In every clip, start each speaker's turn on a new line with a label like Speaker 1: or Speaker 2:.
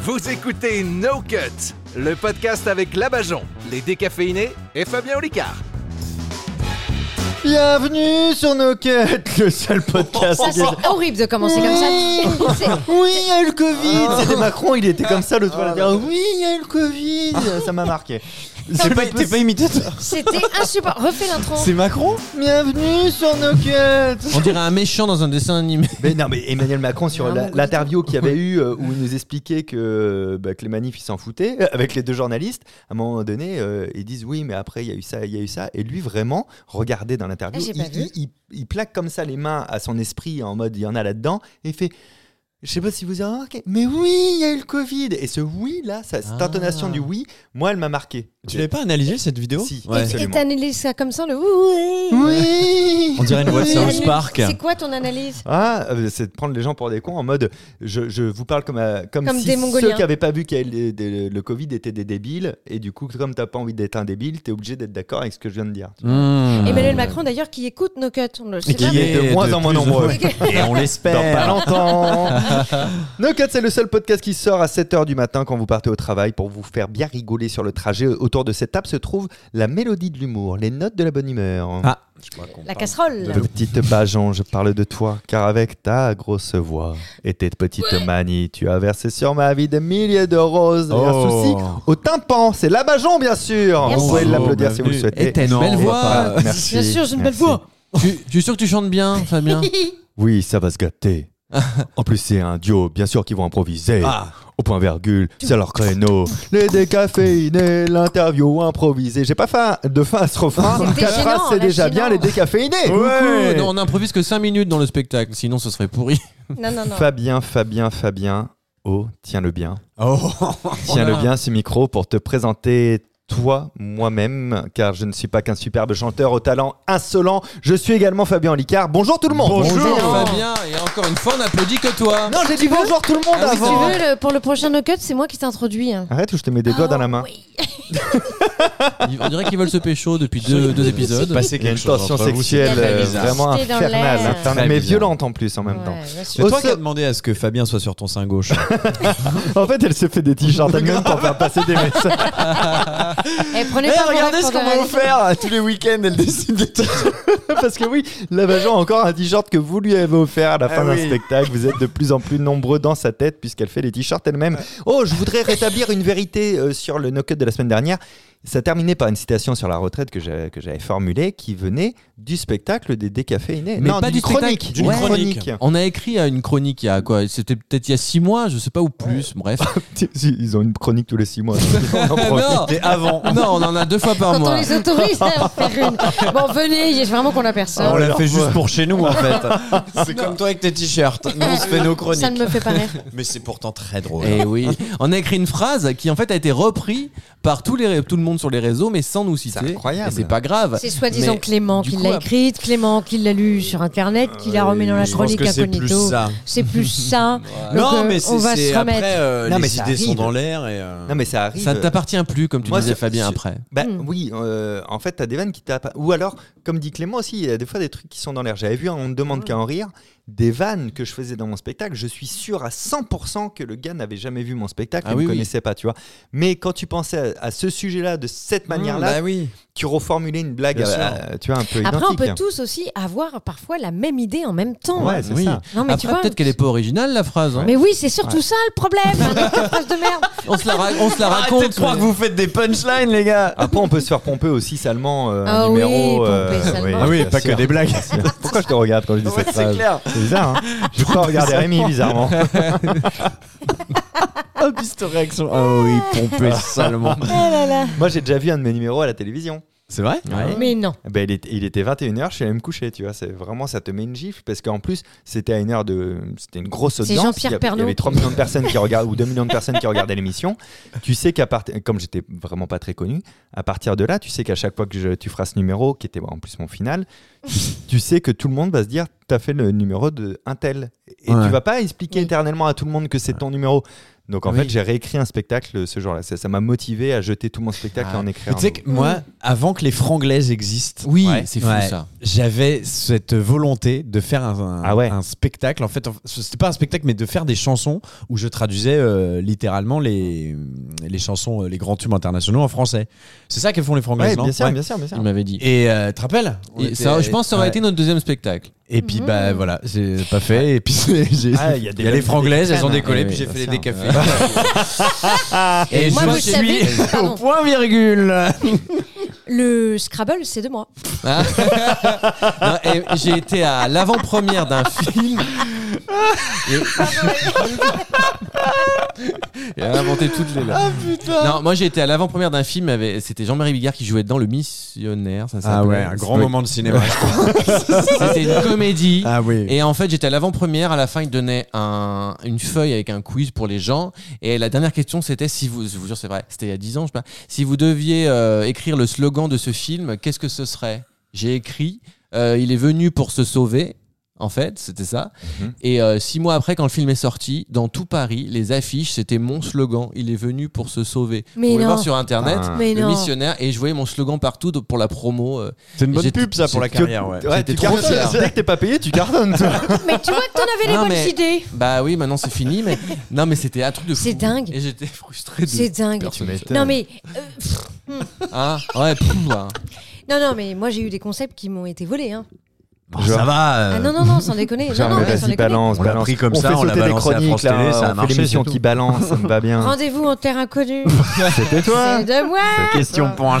Speaker 1: Vous écoutez No Cut, le podcast avec Labajon, les décaféinés et Fabien Olicard.
Speaker 2: Bienvenue sur No Cut, le seul podcast.
Speaker 3: Ça,
Speaker 2: qui est-
Speaker 3: c'est horrible de commencer comme ça. C'est-
Speaker 2: Oui, il y a eu le Covid. C'était Macron, il était comme ça l'autre fois. il a dit, Oui, il y a eu le Covid. Ça m'a marqué. C'est pas, Ah, t'es pas imitateur.
Speaker 3: C'était insupportable. Refais l'intro.
Speaker 2: C'est Macron Bienvenue sur No Cut.
Speaker 4: On dirait un méchant dans un dessin animé.
Speaker 2: Mais non, mais Emmanuel Macron sur
Speaker 3: Ah,
Speaker 2: la-
Speaker 3: mon
Speaker 2: l'interview qu'il y avait eu euh, où il nous expliquait que, bah, que les manifs ils s'en foutaient euh, avec les deux journalistes. À un moment donné, euh, ils disent oui, mais après il y a eu ça, il y a eu ça. Et lui vraiment, regardez dans l'interview,
Speaker 3: Ah, j'ai
Speaker 2: il,
Speaker 3: pas vu.
Speaker 2: il- il- il plaque comme ça les mains à son esprit en mode il y en a là-dedans et il fait. Je sais pas si vous avez remarqué, mais oui, il y a eu le Covid. Et ce oui là, ça- cette
Speaker 4: Ah.
Speaker 2: intonation du oui, moi elle m'a marqué.
Speaker 4: Tu l'avais pas analysé cette vidéo
Speaker 2: Si,
Speaker 4: Ouais.
Speaker 3: Et
Speaker 2: absolument.
Speaker 3: t'analyses ça comme ça, le oui.
Speaker 2: Oui.
Speaker 4: On dirait une voix de
Speaker 3: Oui,
Speaker 4: South
Speaker 3: analyse.
Speaker 4: Park.
Speaker 3: C'est quoi ton analyse
Speaker 2: Ah, euh, c'est de prendre les gens pour des cons en mode je, je vous parle comme, à- comme,
Speaker 3: Comme
Speaker 2: si
Speaker 3: des Mongoliens.
Speaker 2: ceux qui n'avaient pas vu qu'il y avait le, le- le Covid étaient des débiles et du coup comme t'as pas envie d'être un débile t'es obligé d'être d'accord avec ce que je viens de dire. Euh.
Speaker 4: Mmh.
Speaker 3: Emmanuel Macron, d'ailleurs, qui écoute nos cuts. On le sait
Speaker 4: Et qui
Speaker 3: pas,
Speaker 2: Il
Speaker 3: mais-
Speaker 2: est de
Speaker 4: Et
Speaker 2: moins
Speaker 4: de
Speaker 2: en moins
Speaker 4: plus en
Speaker 2: nombreux.
Speaker 4: moins.
Speaker 3: Ok.
Speaker 4: Et on
Speaker 2: Dans pas
Speaker 4: l'espère.
Speaker 2: longtemps. No Cut, c'est le seul podcast qui sort à 7h du matin quand vous partez au travail pour vous faire bien rigoler sur le trajet. Autour de cette table se trouve la mélodie de l'humour, les notes de la bonne humeur.
Speaker 4: Ah.
Speaker 3: La casserole.
Speaker 2: De petite Bajon, je parle de toi, car avec ta grosse voix et tes petites manies, tu as versé sur ma vie des milliers de roses et un
Speaker 4: Oh.
Speaker 2: souci au tympan. C'est la Bajon, bien sûr
Speaker 3: Merci.
Speaker 2: Vous pouvez
Speaker 3: Bonjour,
Speaker 5: Oh,
Speaker 2: l'applaudir si vous
Speaker 5: bah,
Speaker 2: le souhaitez.
Speaker 4: Et t'as une
Speaker 2: Et
Speaker 4: belle
Speaker 2: pas-
Speaker 4: voix.
Speaker 2: merci.
Speaker 3: Bien sûr, j'ai une belle
Speaker 2: Merci.
Speaker 3: voix.
Speaker 4: tu, tu es sûr que tu chantes bien, Fabien
Speaker 2: Oui, ça va se gâter. en plus, c'est un duo, bien sûr, qu'ils vont improviser.
Speaker 4: Ah.
Speaker 2: Au point virgule, c'est leur créneau. Les décaféinés, l'interview improvisée. J'ai pas faim de fin à ce refrain.
Speaker 3: C'était
Speaker 2: Quatre
Speaker 3: gênant,
Speaker 2: phrases, c'est
Speaker 3: là,
Speaker 2: déjà bien
Speaker 3: gênant.
Speaker 2: les décaféinés.
Speaker 4: Eh, Coucou. Non, on improvise que 5 minutes dans le spectacle, sinon ce serait pourri.
Speaker 3: Non, non, non.
Speaker 2: Fabien, Fabien, Fabien. Oh, tiens-le bien.
Speaker 4: Oh.
Speaker 2: Tiens-le bien ce micro pour te présenter toi, moi-même, car je ne suis pas qu'un superbe chanteur au talent insolent. Je suis également Fabien Licard. Bonjour tout le monde.
Speaker 4: Bonjour,
Speaker 3: Bonjour.
Speaker 4: Fabien. Et encore une fois, on applaudit que toi.
Speaker 2: Non, j'ai dit bonjour tout le monde
Speaker 3: Si tu
Speaker 2: avant.
Speaker 3: veux, le- pour le prochain no cut, c'est moi qui t'introduis. hein.
Speaker 2: Arrête ou je te mets des doigts Ah, dans la main.
Speaker 3: Ah Oui.
Speaker 4: Ils- On dirait qu'ils veulent se pécho depuis deux, deux épisodes.
Speaker 2: Il y a une tension sexuelle
Speaker 3: c'est
Speaker 2: euh,
Speaker 3: bizarre.
Speaker 2: vraiment
Speaker 3: C'était dans l'air.
Speaker 2: infernale, infernale,
Speaker 4: Très
Speaker 2: mais
Speaker 4: bizarre.
Speaker 2: violente en plus en même
Speaker 3: Ouais,
Speaker 2: temps. C'est toi
Speaker 3: bien sûr.
Speaker 5: C'est
Speaker 2: Au
Speaker 5: toi
Speaker 2: qui
Speaker 5: qui
Speaker 2: as
Speaker 5: as demandé à ce que Fabien soit sur ton sein gauche.
Speaker 2: En fait, elle se fait des t-shirts elle-même pour faire passer des messages.
Speaker 3: Eh, prenez pas mon rêve pour de réalité.
Speaker 2: offert tous les week-ends. Elle décide des t-shirts. Parce que oui, Lavageant a encore un t-shirt que vous lui avez offert à la fin d'un spectacle. Vous êtes de plus en plus nombreux dans sa tête puisqu'elle fait les t-shirts elle-même. Oh, je voudrais rétablir une vérité euh, sur le no-cut de la semaine dernière. Ça terminait par une citation sur la retraite que j'avais que j'avais formulée qui venait du spectacle des décaféinés.
Speaker 4: Mais
Speaker 2: non,
Speaker 4: pas
Speaker 2: d'une
Speaker 4: du
Speaker 2: chronique.
Speaker 4: spectacle, d'une
Speaker 2: Ouais.
Speaker 4: chronique. On a écrit à une chronique il y a quoi C'était peut-être il y a 6 mois, je sais pas, ou plus, bref.
Speaker 2: Ils ont une chronique tous les six mois. On en profite.
Speaker 4: Non.
Speaker 5: avant.
Speaker 4: Non, on en a deux fois par
Speaker 3: Quand on
Speaker 4: mois.
Speaker 2: Oh,
Speaker 3: les autorise à en faire une. Bon, venez, il y a vraiment qu'on a personne.
Speaker 5: On l'a
Speaker 2: alors,
Speaker 5: fait
Speaker 2: ouais.
Speaker 5: juste pour chez nous en fait. C'est comme toi avec tes t-shirts. Nous on se fait nos
Speaker 3: ça ne
Speaker 5: chroniques.
Speaker 3: me fait pas rire.
Speaker 5: Mais c'est pourtant très drôle.
Speaker 4: Eh oui, on a écrit une phrase qui en fait a été reprise par tous les, tout le monde sur les réseaux, mais sans nous citer.
Speaker 2: C'est incroyable.
Speaker 4: Et C'est pas grave.
Speaker 3: C'est soi-disant
Speaker 4: Bah, Mais
Speaker 3: Clément
Speaker 4: du
Speaker 3: qui
Speaker 4: coup,
Speaker 3: l'a
Speaker 4: après-
Speaker 3: écrite, Clément qui l'a lu sur Internet, qui l'a remis dans la
Speaker 5: Euh, Je pense
Speaker 3: chronique
Speaker 5: que c'est plus
Speaker 3: incognito.
Speaker 5: ça.
Speaker 3: C'est plus ça. Donc,
Speaker 5: non,
Speaker 3: euh,
Speaker 5: mais c'est
Speaker 3: on va
Speaker 5: c'est-
Speaker 3: se remettre.
Speaker 5: après euh,
Speaker 2: Non, mais
Speaker 5: les
Speaker 2: ça
Speaker 5: idées sont
Speaker 2: arrive.
Speaker 5: dans l'air et euh,
Speaker 2: Non, mais ça arrive.
Speaker 4: Ça ne t'appartient plus, comme tu
Speaker 2: Moi,
Speaker 4: disais,
Speaker 2: sur-
Speaker 4: Fabien,
Speaker 2: sur-
Speaker 4: après.
Speaker 2: Bah
Speaker 3: Hmm.
Speaker 2: oui, euh, en fait, t'as des vannes qui tapent. Ou alors, comme dit Clément aussi, il y a des fois des trucs qui sont dans l'air. J'avais vu, on ne demande qu'à en rire, des vannes que je faisais dans mon spectacle. Je suis sûr à 100% que le gars n'avait jamais vu mon spectacle
Speaker 4: Ah
Speaker 2: et
Speaker 4: oui,
Speaker 2: ne
Speaker 4: oui.
Speaker 2: connaissait pas, tu vois. Mais quand tu pensais à, à ce sujet-là, de cette manière-là,
Speaker 5: Bah oui.
Speaker 2: tu reformulais une blague,
Speaker 5: Bien sûr.
Speaker 2: euh, tu vois, un peu
Speaker 3: Après, on
Speaker 2: identique.
Speaker 3: peut tous aussi avoir parfois la même idée en même temps.
Speaker 2: Ouais, c'est
Speaker 4: Oui.
Speaker 2: ça.
Speaker 3: Non, mais
Speaker 4: Après,
Speaker 3: tu vois.
Speaker 4: peut-être qu'elle n'est pas originale, la phrase. hein.
Speaker 3: Mais oui, c'est surtout ça le problème. Un phrase de merde.
Speaker 4: On se la, ra- on se la raconte. mais-
Speaker 5: faites des punchlines les gars.
Speaker 2: Après, on peut se faire pomper aussi salement euh,
Speaker 3: Ah
Speaker 2: un
Speaker 3: oui,
Speaker 2: numéro.
Speaker 3: pomper salement.
Speaker 5: Ah oui,
Speaker 2: bien
Speaker 5: pas
Speaker 2: sûr.
Speaker 5: que des blagues.
Speaker 2: Pourquoi je te regarde quand je dis
Speaker 5: Ouais,
Speaker 2: cette
Speaker 5: c'est
Speaker 2: phrase
Speaker 5: clair.
Speaker 2: C'est bizarre, hein Je crois regarder Rémi bizarrement.
Speaker 5: Oh, piste réaction. Oh oui, pompé salement.
Speaker 3: Ah là là.
Speaker 2: Moi, j'ai déjà vu un de mes numéros à la télévision.
Speaker 5: C'est vrai
Speaker 3: Mais non.
Speaker 2: Ben, il, était, il était 21h, je suis allé me coucher, tu vois. C'est vraiment, ça te met une gifle parce qu'en plus, c'était à une heure de. C'était une grosse
Speaker 3: C'est
Speaker 2: audience. il,
Speaker 3: Jean-Pierre
Speaker 2: y avait, il y
Speaker 3: Pernaut.
Speaker 2: avait 3 millions de personnes qui regardaient, ou 2 millions de personnes qui regardaient l'émission. Tu sais qu'à partir. Comme j'étais vraiment pas très connu, à partir de là, tu sais qu'à chaque fois que je- tu feras ce numéro, qui était en plus mon final, tu sais que tout le monde va se dire t'as fait le numéro de un tel. Et
Speaker 5: Ouais.
Speaker 2: tu vas pas expliquer
Speaker 3: Oui.
Speaker 2: éternellement à tout le monde que c'est ton numéro. Donc en
Speaker 5: Oui.
Speaker 2: fait, j'ai réécrit un spectacle ce jour-là. Ça ça m'a motivé à jeter tout mon spectacle et en écrire.
Speaker 5: Ah. Tu sais
Speaker 2: un
Speaker 5: que moi, avant que les franglaises existent,
Speaker 4: Oui, c'est fou
Speaker 5: Ouais.
Speaker 4: ça.
Speaker 5: J'avais cette volonté de faire un, un-
Speaker 2: Ah ouais.
Speaker 5: un spectacle. En fait, en- c'était pas un spectacle, mais de faire des chansons où je traduisais euh, littéralement les, les chansons, euh, les grands tubes internationaux en français. C'est ça qu'elles font les
Speaker 2: nouveau. Ouais,
Speaker 5: franglaises, non
Speaker 2: bien sûr,
Speaker 5: Ouais.
Speaker 2: bien sûr, bien sûr.
Speaker 4: Il m'avait dit.
Speaker 5: Et euh, tu te rappelles On
Speaker 4: Et ça,
Speaker 5: était-
Speaker 4: je pense que ça aurait
Speaker 5: ouais.
Speaker 4: été notre deuxième spectacle.
Speaker 5: Et puis,
Speaker 3: Mmh.
Speaker 5: bah voilà, c'est pas fait. Et puis, c'est- j'ai- il
Speaker 2: Ah, il
Speaker 5: y
Speaker 2: y a
Speaker 5: a,
Speaker 2: des-
Speaker 5: les franglaises, elles ont
Speaker 2: Ah,
Speaker 5: décollé,
Speaker 2: oui,
Speaker 5: puis j'ai
Speaker 2: bien
Speaker 5: fait les
Speaker 2: sûr.
Speaker 5: décafés.
Speaker 3: Et moi, vous savez-
Speaker 5: au
Speaker 3: Pardon.
Speaker 5: point virgule.
Speaker 3: Le Scrabble, c'est de moi.
Speaker 4: Hein Non, et J'ai été à l'avant-première d'un film. Et... et elle a inventé toutes les
Speaker 5: Ah,
Speaker 4: là. Non, moi j'ai été à l'avant-première d'un film. avec- C'était Jean-Marie Bigard qui jouait dedans, Le Missionnaire. Ça
Speaker 5: Ah
Speaker 4: s'appelait.
Speaker 5: ouais, un grand moment de cinéma.
Speaker 4: C'était une comédie.
Speaker 5: ah oui.
Speaker 4: Et en fait, j'étais à l'avant-première. À la fin, il donnait un, une feuille avec un quiz pour les gens. Et la dernière question, c'était si vous, je vous jure, c'est vrai, c'était il y a 10 ans, je sais pas. Si vous deviez euh, écrire le slogan de ce film, qu'est-ce que ce serait J'ai écrit euh, Il est venu pour se sauver. En fait, c'était ça.
Speaker 2: Mhm.
Speaker 4: Et euh, six mois après, quand le film est sorti, dans tout Paris, les affiches, c'était mon slogan. Il est venu pour se sauver.
Speaker 3: Mais
Speaker 4: vous pouvez
Speaker 3: non.
Speaker 4: voir sur Internet,
Speaker 2: Ah.
Speaker 3: Mais
Speaker 4: le
Speaker 3: non.
Speaker 4: missionnaire, et je voyais mon slogan partout de- pour la promo. euh,
Speaker 5: C'est une bonne
Speaker 4: J'étais-
Speaker 5: pub, ça, pour la
Speaker 4: j'étais-
Speaker 5: carrière, ouais.
Speaker 2: Ouais,
Speaker 4: J'étais
Speaker 2: tu
Speaker 4: trop
Speaker 2: cartonnes.
Speaker 4: fier.
Speaker 2: Dès que t'es pas payé, tu cartonnes. toi.
Speaker 3: Mais tu vois que t'en avais les
Speaker 4: Non,
Speaker 3: bonnes
Speaker 4: mais-
Speaker 3: idées.
Speaker 4: Bah oui, maintenant c'est fini, mais non, mais c'était un truc de fou.
Speaker 3: C'est dingue.
Speaker 4: Et j'étais frustré. De...
Speaker 3: C'est dingue.
Speaker 4: Personne.
Speaker 3: Non mais, euh,
Speaker 4: Ah ouais, pff, hein.
Speaker 3: non, non, mais moi j'ai eu des concepts qui m'ont été volés. Hein.
Speaker 5: Bon, ça va. euh,
Speaker 3: Ah non, non, non, sans déconner.
Speaker 2: Genre,
Speaker 3: Non, non,
Speaker 2: mais
Speaker 3: mais sans
Speaker 2: vas-y,
Speaker 3: déconner.
Speaker 2: balance,
Speaker 5: On l'a
Speaker 2: balance.
Speaker 5: pris comme
Speaker 2: on
Speaker 5: ça,
Speaker 2: fait
Speaker 5: on l'a
Speaker 2: sauter des
Speaker 5: balancé à
Speaker 2: chroniques,
Speaker 5: France
Speaker 2: là,
Speaker 5: Télé, ça
Speaker 2: on
Speaker 5: a
Speaker 2: fait
Speaker 5: marché,
Speaker 2: l'émission
Speaker 5: c'est tout.
Speaker 2: qui balance, ça me va bien.
Speaker 3: Rendez-vous en terre inconnue.
Speaker 2: C'était toi
Speaker 3: c'est de moi.
Speaker 5: Question pour un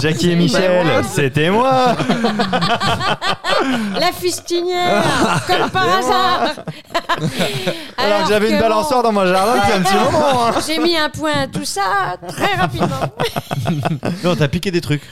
Speaker 2: Jackie
Speaker 3: C'est
Speaker 2: et
Speaker 3: moi.
Speaker 2: Michel, c'était moi
Speaker 3: La fustinière, comme par hasard.
Speaker 2: Alors que j'avais une
Speaker 3: que
Speaker 2: balançoire dans mon jardin depuis un petit moment hein.
Speaker 3: bon, J'ai mis un point à tout ça très rapidement.
Speaker 5: Non, t'as piqué des trucs.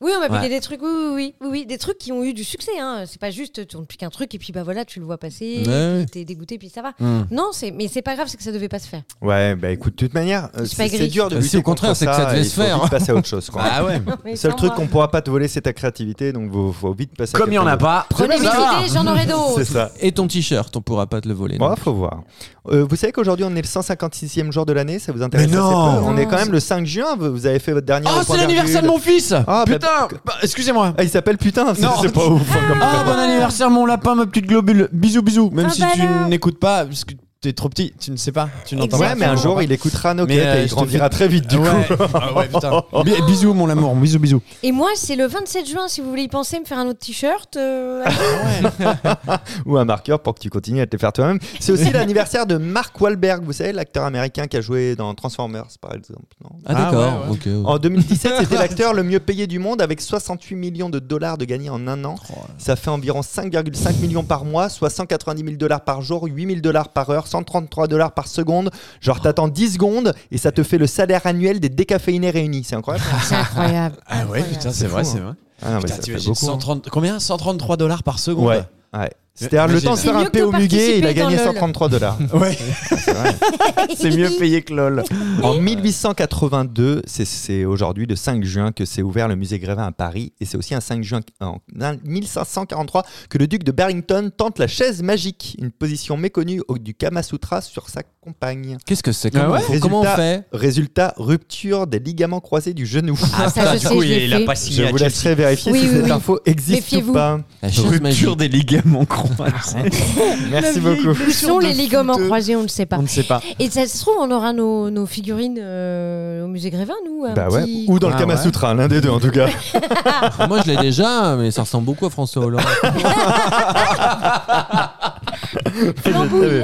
Speaker 3: Oui, on m'a piqué
Speaker 5: Ouais.
Speaker 3: des trucs, oui, oui, oui, oui, oui, des trucs qui ont eu du succès. Hein. C'est pas juste, tu ne piques un truc et puis bah voilà, tu le vois passer,
Speaker 4: Ouais.
Speaker 3: puis t'es dégoûté, puis ça va.
Speaker 5: Hmm.
Speaker 3: Non, c'est, mais c'est pas grave, c'est que ça devait pas se faire.
Speaker 2: Ouais, bah écoute, de toute manière, euh,
Speaker 3: Je suis pas
Speaker 2: c'est c'est
Speaker 3: grise.
Speaker 2: dur de
Speaker 4: Bah, si,
Speaker 2: lutter
Speaker 4: au contraire,
Speaker 2: contre
Speaker 4: c'est que ça devait
Speaker 2: et
Speaker 4: se
Speaker 2: il faut
Speaker 4: faire.
Speaker 2: vite passer à autre chose, quoi.
Speaker 5: Ah ouais.
Speaker 3: Mais
Speaker 2: Le seul
Speaker 3: sans
Speaker 2: truc
Speaker 3: moi.
Speaker 2: qu'on pourra pas te voler, c'est ta créativité, donc faut, faut vite passer à
Speaker 5: Comme il y en
Speaker 2: quelqu'un
Speaker 5: a
Speaker 2: d'autre.
Speaker 5: pas.
Speaker 3: Prenez mes
Speaker 5: ça.
Speaker 3: idées, j'en aurai
Speaker 2: C'est
Speaker 3: d'autres.
Speaker 2: ça.
Speaker 4: Et ton t-shirt, on pourra pas te le voler.
Speaker 2: Bon,
Speaker 4: non.
Speaker 2: Bah, faut voir. Euh, vous savez qu'aujourd'hui, on est le 156e jour de l'année, ça vous intéresse
Speaker 5: Mais non.
Speaker 2: assez peu. On est
Speaker 3: Non.
Speaker 2: quand même le 5 juin, vous vous avez fait votre dernier.
Speaker 5: Oh,
Speaker 2: au point
Speaker 5: c'est l'anniversaire de
Speaker 2: virgule.
Speaker 5: mon fils.
Speaker 2: Ah, bah,
Speaker 5: Putain. bah, Excusez-moi.
Speaker 2: Ah, il s'appelle putain, c'est
Speaker 5: Non.
Speaker 2: c'est pas ouf. hein, comme
Speaker 5: Ah,
Speaker 2: prénom.
Speaker 5: bon anniversaire, mon lapin, ma petite globule. Bisous, bisous. Même
Speaker 3: Ah,
Speaker 5: si
Speaker 3: bah
Speaker 5: tu
Speaker 3: là.
Speaker 5: n'écoutes pas, parce que t'es trop petit, tu ne sais pas. Tu n'entends pas.
Speaker 2: Ouais, mais un jour, il écoutera nos
Speaker 5: Mais,
Speaker 2: quêtes
Speaker 5: euh,
Speaker 2: et
Speaker 5: je
Speaker 2: il
Speaker 5: te
Speaker 2: grandira
Speaker 5: fais-
Speaker 2: très vite, du
Speaker 5: Ouais.
Speaker 2: coup.
Speaker 5: Ah ouais, putain. Bi- Bisous, mon amour. Bisous, bisous.
Speaker 3: Et moi, c'est le 27 juin, si vous voulez y penser, me faire un autre t-shirt. euh,
Speaker 2: Ou un marqueur pour que tu continues à te le faire toi-même. C'est aussi l'anniversaire de Mark Wahlberg, vous savez, l'acteur américain qui a joué dans Transformers, par exemple. non
Speaker 4: Ah
Speaker 5: Ah,
Speaker 4: d'accord.
Speaker 5: ouais, ouais.
Speaker 4: ok, ouais.
Speaker 2: en 2017, c'était l'acteur le mieux payé du monde avec 68 millions de dollars de gagnés en un an.
Speaker 5: Oh
Speaker 2: Ça fait environ 5,5 millions par mois, soit 190 000 dollars par jour, 8 000 dollars par heure, 133 dollars par seconde. Genre, t'attends 10 secondes et ça te fait le salaire annuel des décaféinés réunis. C'est incroyable.
Speaker 3: C'est incroyable.
Speaker 5: Ah ouais,
Speaker 3: Incroyable.
Speaker 5: putain, c'est vrai,
Speaker 2: fou,
Speaker 5: c'est vrai.
Speaker 2: Ah non, mais
Speaker 5: Putain,
Speaker 2: ça fait
Speaker 5: t'imagines
Speaker 2: beaucoup, hein.
Speaker 5: 130 combien 133 dollars par seconde.
Speaker 2: Ouais. ouais. C'est-à-dire, le
Speaker 5: Imagine.
Speaker 2: temps de
Speaker 3: C'est
Speaker 2: faire un
Speaker 3: mieux que
Speaker 2: P au
Speaker 3: de
Speaker 2: muguet, il a
Speaker 3: participer dans
Speaker 2: gagné
Speaker 3: LOL.
Speaker 2: 133 dollars.
Speaker 5: Ouais.
Speaker 2: C'est vrai.
Speaker 5: C'est mieux payé que LOL.
Speaker 2: En 1882, c'est- c'est aujourd'hui le 5 juin que s'est ouvert le musée Grévin à Paris et c'est aussi un 5 juin en 1543 que le duc de Barrington tente la chaise magique, une position méconnue au- du Kama Sutra sur sa compagne.
Speaker 4: Qu'est-ce que c'est
Speaker 5: Ah
Speaker 4: comment,
Speaker 5: ouais
Speaker 4: faut- comment on
Speaker 2: Résultat-
Speaker 4: fait
Speaker 2: Résultat, rupture des ligaments croisés du genou.
Speaker 3: Ah, ça, je sais, je l'ai fait.
Speaker 2: Je vous laisserai vérifier
Speaker 3: Oui,
Speaker 2: si
Speaker 3: oui,
Speaker 2: cette
Speaker 3: oui.
Speaker 2: info existe ou
Speaker 3: Méfiez-vous.
Speaker 2: pas.
Speaker 4: La chaise magique.
Speaker 5: des ligaments croisés.
Speaker 2: Merci beaucoup.
Speaker 3: Où sont les ligaments
Speaker 5: foot.
Speaker 3: croisés On ne sait pas.
Speaker 5: On ne sait pas.
Speaker 3: Et ça se trouve, on aura nos, nos figurines euh, au musée Grévin, nous. un
Speaker 2: Bah ouais,
Speaker 3: petit-
Speaker 2: ou dans le
Speaker 5: Ah
Speaker 2: Kama
Speaker 5: ouais.
Speaker 2: Sutra, l'un des deux en tout cas.
Speaker 4: Moi je l'ai déjà, mais ça ressemble beaucoup à François Hollande.
Speaker 3: Flambouille.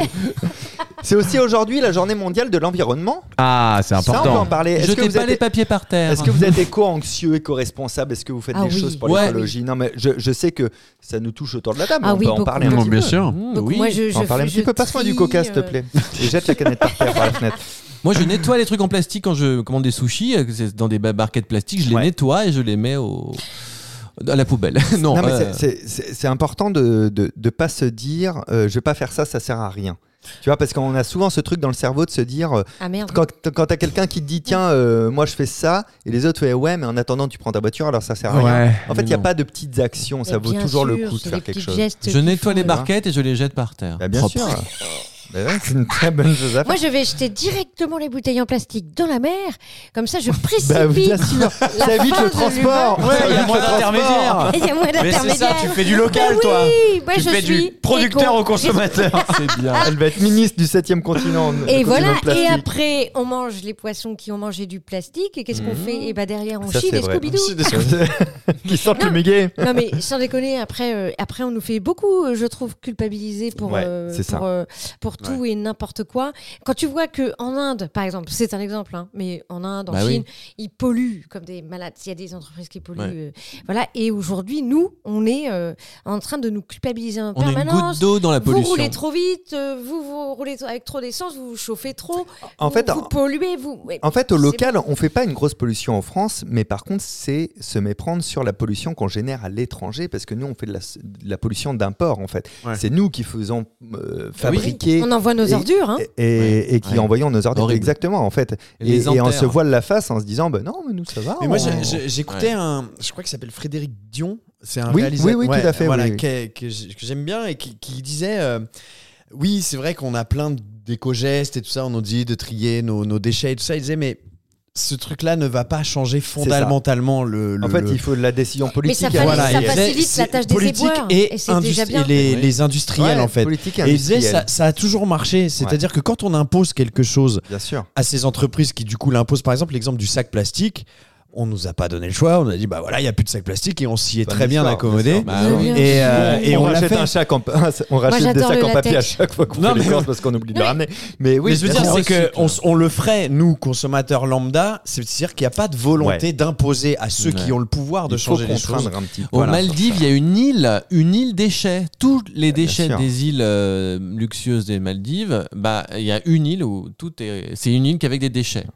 Speaker 2: C'est aussi aujourd'hui la journée mondiale de l'environnement.
Speaker 5: Ah, c'est
Speaker 2: Ça, on peut en parler. Est-ce que
Speaker 4: Jetez
Speaker 2: vous
Speaker 4: pas
Speaker 2: êtes
Speaker 4: les papiers par terre.
Speaker 2: Est-ce que vous êtes éco-anxieux, éco-responsable Est-ce que vous faites
Speaker 3: Ah
Speaker 2: des
Speaker 3: oui.
Speaker 2: choses pour
Speaker 4: Ouais.
Speaker 2: l'écologie Non, mais je, je sais que ça nous touche autour de la table.
Speaker 3: Ah
Speaker 2: on
Speaker 3: oui,
Speaker 2: peut en
Speaker 3: beaucoup.
Speaker 2: parler un
Speaker 3: Non,
Speaker 2: petit peu.
Speaker 4: Mmh,
Speaker 3: Donc
Speaker 4: oui.
Speaker 3: moi, je,
Speaker 2: On en
Speaker 3: je-
Speaker 2: parler un
Speaker 3: je
Speaker 2: petit peu. Passe-moi du
Speaker 3: trie,
Speaker 2: coca, s'il te
Speaker 3: euh,
Speaker 2: plaît. Et jette la canette par terre par la fenêtre.
Speaker 4: Moi, je nettoie les trucs en plastique quand je commande des sushis euh, c'est dans des ba- barquettes plastiques. Je les
Speaker 2: Ouais.
Speaker 4: nettoie et je les mets au à la poubelle. non,
Speaker 2: Non, mais
Speaker 4: euh,
Speaker 2: c'est- c'est- c'est c'est important de de- de pas se dire euh, je vais pas faire ça, ça sert à rien. Tu vois, parce qu'on a souvent ce truc dans le cerveau de se dire euh,
Speaker 3: Ah merde.
Speaker 2: quand, quand t'as quelqu'un qui te dit tiens, euh, moi je fais ça, et les autres font eh ouais, mais en attendant tu prends ta voiture, alors ça sert à rien. En fait, il
Speaker 4: Mais
Speaker 2: n'y a
Speaker 4: non.
Speaker 2: pas de petites actions, ça
Speaker 3: Mais
Speaker 2: vaut
Speaker 3: bien
Speaker 2: toujours le
Speaker 3: sûr,
Speaker 2: coup de
Speaker 3: c'est hein.
Speaker 2: faire
Speaker 3: des
Speaker 2: quelque
Speaker 3: petits
Speaker 2: chose.
Speaker 3: gestes
Speaker 4: je
Speaker 3: qui
Speaker 4: nettoie
Speaker 3: font-
Speaker 4: les barquettes et je les jette par terre.
Speaker 2: Bah, bien
Speaker 4: Propre.
Speaker 2: sûr. Ben ouais, c'est une très bonne chose à faire.
Speaker 3: Moi, je vais jeter directement les bouteilles en plastique dans la mer. Comme ça, je précipite.
Speaker 2: Bah, bien sûr,
Speaker 3: la
Speaker 2: ça évite
Speaker 3: fin
Speaker 2: le
Speaker 3: de
Speaker 2: transport.
Speaker 3: l'humain.
Speaker 5: Ouais, il y a
Speaker 2: moins
Speaker 5: moins
Speaker 2: de transport.
Speaker 5: d'intermédiaires.
Speaker 3: Et Il y a moins
Speaker 5: Mais c'est ça,
Speaker 3: d'intermédiaires.
Speaker 5: tu fais du local,
Speaker 3: Bah
Speaker 5: toi.
Speaker 3: Oui, moi,
Speaker 5: tu
Speaker 3: je
Speaker 5: fais
Speaker 3: suis
Speaker 5: du producteur
Speaker 3: éco.
Speaker 5: au consommateur.
Speaker 4: C'est bien.
Speaker 3: Ah,
Speaker 2: Elle va être ministre du 7 e continent.
Speaker 3: Et
Speaker 2: continent
Speaker 3: voilà, et
Speaker 2: plastique.
Speaker 3: après, on mange les poissons qui ont mangé du plastique. Et qu'est-ce qu'on
Speaker 4: Mhm.
Speaker 3: fait Et bah derrière, on
Speaker 2: Ça,
Speaker 3: chie
Speaker 2: c'est
Speaker 3: des
Speaker 2: vrai.
Speaker 3: Scooby-Doo.
Speaker 2: Ils sortent
Speaker 3: Non.
Speaker 2: le méga.
Speaker 3: Non mais sans déconner, après, euh, après on nous fait beaucoup, euh, je trouve, culpabiliser pour,
Speaker 2: Ouais,
Speaker 3: euh,
Speaker 2: c'est ça.
Speaker 3: pour, euh, pour tout et n'importe quoi. Quand tu vois que en Inde, par exemple, c'est un exemple, hein, mais en Inde, en
Speaker 4: Bah oui.
Speaker 3: Chine, ils polluent comme des malades. Il y a des entreprises qui polluent,
Speaker 4: Ouais.
Speaker 3: euh, voilà. Et aujourd'hui, nous, on est euh, en train de nous culpabiliser en
Speaker 4: On a une goutte
Speaker 3: permanence.
Speaker 4: d'eau dans la
Speaker 3: Vous
Speaker 4: pollution.
Speaker 3: roulez trop vite, euh, vous, vous roulez t- avec trop d'essence, vous vous chauffez trop,
Speaker 2: En fait,
Speaker 3: vous, vous
Speaker 2: en-
Speaker 3: polluez, vous. ouais.
Speaker 2: En fait, au
Speaker 3: C'est-
Speaker 2: local, on fait pas une grosse pollution en France, mais par contre, c'est se méprendre sur la pollution qu'on génère à l'étranger, parce que nous, on fait de la, de la pollution d'import, en fait.
Speaker 5: Ouais.
Speaker 2: C'est nous qui faisons euh, fabriquer
Speaker 3: on envoie nos
Speaker 2: et-
Speaker 3: ordures, hein.
Speaker 2: et, et qui
Speaker 4: Ouais.
Speaker 2: envoyons nos ordres.
Speaker 4: Horrible.
Speaker 2: Exactement, en fait. Et,
Speaker 4: Les
Speaker 2: et on
Speaker 4: enterre.
Speaker 2: se voile la face en se disant, bah, non, mais nous, ça va.
Speaker 5: Mais moi,
Speaker 2: on-
Speaker 5: j'ai- j'ai- j'écoutais
Speaker 4: Ouais.
Speaker 5: un. Je crois qu'il s'appelle Frédéric Dion. C'est un
Speaker 2: Oui,
Speaker 5: réalisateur.
Speaker 2: oui, oui, tout à fait,
Speaker 5: Voilà,
Speaker 2: oui, oui.
Speaker 5: qu'est- que j'ai- que j'aime bien et qui, qui disait. euh, oui, c'est vrai qu'on a plein d'éco-gestes et tout ça. On nous dit de trier nos, nos déchets et tout ça. Il disait, mais ce truc-là ne va pas changer fondamentalement le, le-
Speaker 2: En fait,
Speaker 5: le-
Speaker 2: il faut de la décision
Speaker 3: Mais
Speaker 2: politique. hein.
Speaker 3: ça, fa-
Speaker 5: Voilà,
Speaker 3: ça
Speaker 5: il y a-
Speaker 3: facilite la
Speaker 5: c'est
Speaker 3: tâche des
Speaker 5: politique
Speaker 3: éboueurs.
Speaker 5: et,
Speaker 3: Et c'est déjà
Speaker 5: industri-
Speaker 3: bien.
Speaker 5: et les,
Speaker 4: Oui.
Speaker 5: les industriels,
Speaker 2: Ouais,
Speaker 5: en fait.
Speaker 2: Politique
Speaker 5: Et il disait,
Speaker 2: industrielle.
Speaker 5: ça, ça a toujours marché. C'est-à-dire que quand on impose quelque chose
Speaker 2: Bien sûr.
Speaker 5: à ces entreprises qui du coup l'imposent. Par exemple, l'exemple du sac plastique, on nous a pas donné le choix. On a dit bah voilà, il y a plus de sac plastique et on s'y est
Speaker 2: Bonne
Speaker 5: très bien
Speaker 2: histoire, bien
Speaker 5: accommodé.
Speaker 2: sûr.
Speaker 4: Bah
Speaker 3: Très
Speaker 4: oui.
Speaker 3: bien.
Speaker 5: Et, euh, et on,
Speaker 2: on
Speaker 5: l'a
Speaker 2: rachète
Speaker 5: fait.
Speaker 2: un sac en, on rachète des
Speaker 3: j'adore
Speaker 2: sacs
Speaker 3: le
Speaker 2: en papier à
Speaker 3: latex.
Speaker 2: chaque fois qu'on
Speaker 5: Non,
Speaker 2: fait les
Speaker 5: mais-
Speaker 2: courses parce qu'on oublie de
Speaker 3: Non,
Speaker 2: le ramener. Mais oui,
Speaker 5: mais je veux
Speaker 2: bien
Speaker 5: dire,
Speaker 2: sûr.
Speaker 5: c'est que
Speaker 4: recycle.
Speaker 5: on, s- on le ferait, nous, consommateurs lambda, c'est-à-dire qu'il n'y a pas de volonté d'imposer à ceux qui
Speaker 4: Ouais.
Speaker 5: ont le pouvoir de
Speaker 2: Il faut
Speaker 5: changer les choses.
Speaker 2: contraindre un petit peu.
Speaker 4: Aux
Speaker 2: Voilà.
Speaker 4: Maldives, il y a une île, une île déchets. Tous les déchets
Speaker 2: sûr.
Speaker 4: des îles euh, luxueuses des Maldives, bah il y a une île où tout est. C'est une île qu'avec des déchets.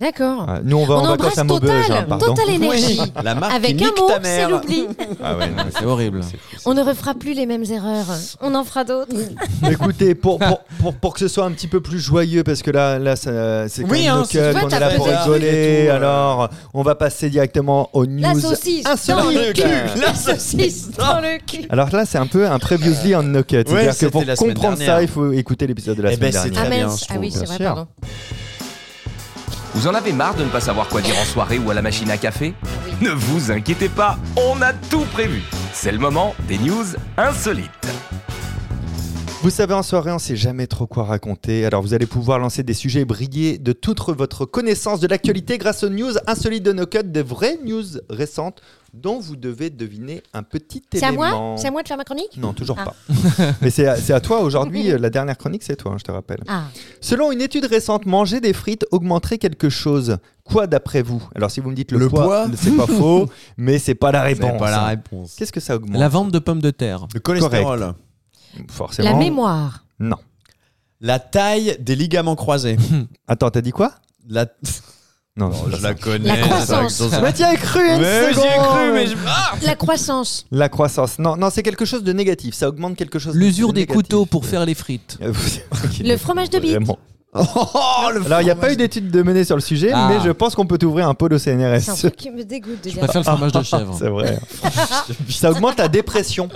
Speaker 3: D'accord.
Speaker 2: Ah, Nous, on va
Speaker 3: On
Speaker 2: en
Speaker 3: embrasse
Speaker 2: vacances à
Speaker 3: Total,
Speaker 2: Maubeuge, hein, pardon.
Speaker 3: Total Énergie.
Speaker 5: La marque qui
Speaker 3: Avec un
Speaker 5: nique
Speaker 3: mot,
Speaker 5: ta
Speaker 3: c'est
Speaker 5: mère.
Speaker 3: l'oubli.
Speaker 2: Ah ouais, non,
Speaker 4: C'est horrible.
Speaker 3: On ne refera plus les mêmes erreurs. On en fera d'autres.
Speaker 2: Écoutez, pour, pour, pour, pour que ce soit un petit peu plus joyeux, parce que là, là ça- c'est quand
Speaker 5: Oui,
Speaker 2: même
Speaker 5: hein,
Speaker 2: nos
Speaker 5: c'est
Speaker 2: cœurs,
Speaker 3: toi,
Speaker 2: qu'on est
Speaker 3: t'as
Speaker 2: là pour
Speaker 3: fait des
Speaker 5: trucs et
Speaker 2: rigoler.
Speaker 5: tout, euh.
Speaker 2: Alors, on va passer directement aux news.
Speaker 3: La saucisse dans le
Speaker 2: insolites.
Speaker 3: cul.
Speaker 5: La saucisse.
Speaker 3: Dans le cul.
Speaker 2: Alors là, c'est un peu un previously on no cut. C'est-à-dire que
Speaker 5: c'était
Speaker 2: pour
Speaker 5: la semaine
Speaker 2: comprendre
Speaker 5: dernière.
Speaker 2: ça, il faut écouter l'épisode de la
Speaker 5: Eh
Speaker 2: semaine
Speaker 5: ben, c'est
Speaker 2: dernière.
Speaker 3: Ah
Speaker 5: très bien,
Speaker 3: mince.
Speaker 5: je
Speaker 3: Ah oui,
Speaker 2: trouve,
Speaker 3: c'est
Speaker 2: bien
Speaker 3: vrai,
Speaker 2: sûr.
Speaker 3: pardon.
Speaker 6: Vous en avez marre de ne pas savoir quoi dire en soirée ou à la machine à café Ne vous inquiétez pas, on a tout prévu. C'est le moment des news insolites.
Speaker 2: Vous savez, en soirée, on sait jamais trop quoi raconter. Alors, vous allez pouvoir lancer des sujets et briller de toute votre connaissance de l'actualité grâce aux news insolites de nos cuts, des vraies news récentes dont vous devez deviner un petit
Speaker 3: C'est à
Speaker 2: élément.
Speaker 3: moi C'est à moi de faire ma chronique
Speaker 2: Non, toujours
Speaker 3: Ah.
Speaker 2: pas. Mais c'est à, c'est à toi aujourd'hui. euh, La dernière chronique, c'est toi, hein, je te rappelle.
Speaker 3: Ah,
Speaker 2: Selon une étude récente, manger des frites augmenterait quelque chose. Quoi d'après vous Alors, si vous me dites le,
Speaker 5: Le
Speaker 2: poids,
Speaker 5: poids
Speaker 2: c'est pas faux, mais c'est pas la réponse.
Speaker 5: pas la réponse.
Speaker 2: Qu'est-ce que ça augmente
Speaker 4: La vente de pommes de terre.
Speaker 5: Le cholestérol.
Speaker 2: Forcément.
Speaker 3: la mémoire.
Speaker 2: Non.
Speaker 5: La taille des ligaments croisés.
Speaker 2: Attends, t'as dit quoi
Speaker 5: La...
Speaker 2: Non,
Speaker 5: Oh,
Speaker 2: c'est pas
Speaker 5: je
Speaker 2: ça.
Speaker 5: la connais.
Speaker 3: La
Speaker 5: ça,
Speaker 3: croissance.
Speaker 5: avec son-
Speaker 2: Mais t'y as cru une
Speaker 5: Mais j'y ai
Speaker 2: seconde.
Speaker 5: cru, mais je- Ah
Speaker 3: La croissance.
Speaker 2: La croissance. Non, non, c'est quelque chose de négatif. Ça augmente quelque chose. de-
Speaker 4: L'usure
Speaker 2: de
Speaker 4: des
Speaker 2: négatif.
Speaker 4: couteaux pour faire les frites.
Speaker 2: Euh, ok.
Speaker 3: Le fromage de bite.
Speaker 2: Vraiment.
Speaker 5: Oh, le
Speaker 2: Alors, il n'y a
Speaker 5: fromage.
Speaker 2: pas eu d'étude de menée sur le sujet,
Speaker 4: Ah.
Speaker 2: mais je pense qu'on peut t'ouvrir un pot de
Speaker 3: C'est un
Speaker 2: CNRS.
Speaker 3: truc qui me dégoûte
Speaker 4: Je
Speaker 3: déjà.
Speaker 4: préfère le fromage de
Speaker 5: Hein.
Speaker 4: chèvre.
Speaker 2: C'est vrai. ça augmente la dépression.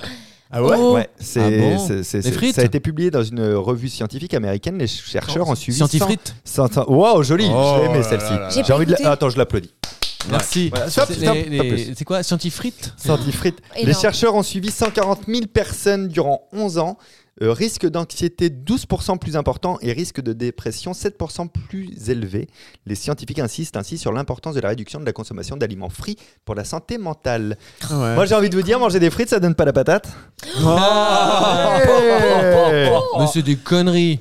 Speaker 5: Ah ouais
Speaker 4: Oh.
Speaker 2: Ouais, c'est,
Speaker 4: Ah bon
Speaker 2: c'est- c'est-
Speaker 4: Des
Speaker 2: c'est-
Speaker 4: frites
Speaker 2: ça a été publié dans une revue scientifique américaine. Les chercheurs ont suivi.
Speaker 4: Scientifrite.
Speaker 2: 100 100 Wow, jolie.
Speaker 5: Oh
Speaker 2: je l'ai
Speaker 5: là
Speaker 2: aimé celle-ci.
Speaker 5: là là là.
Speaker 3: J'ai
Speaker 2: J'ai
Speaker 3: pas
Speaker 2: envie de. la-
Speaker 3: écouté.
Speaker 2: Attends, je l'applaudis.
Speaker 4: Merci.
Speaker 2: Voilà, stop,
Speaker 4: C'est
Speaker 2: stop,
Speaker 4: les-
Speaker 2: stop,
Speaker 4: les-
Speaker 2: plus.
Speaker 4: C'est quoi Scientifrite
Speaker 2: Scientifrite. Les
Speaker 3: Énorme.
Speaker 2: chercheurs ont suivi 140 000 personnes durant 11 ans. Euh, risque d'anxiété 12% plus important et risque de dépression 7% plus élevé. Les scientifiques insistent ainsi sur l'importance de la réduction de la consommation d'aliments frits pour la santé mentale.
Speaker 5: Ouais.
Speaker 2: Moi j'ai envie de vous dire, manger des frites ça donne pas la patate.
Speaker 4: Ah,
Speaker 5: Oh.
Speaker 4: Mais c'est des conneries.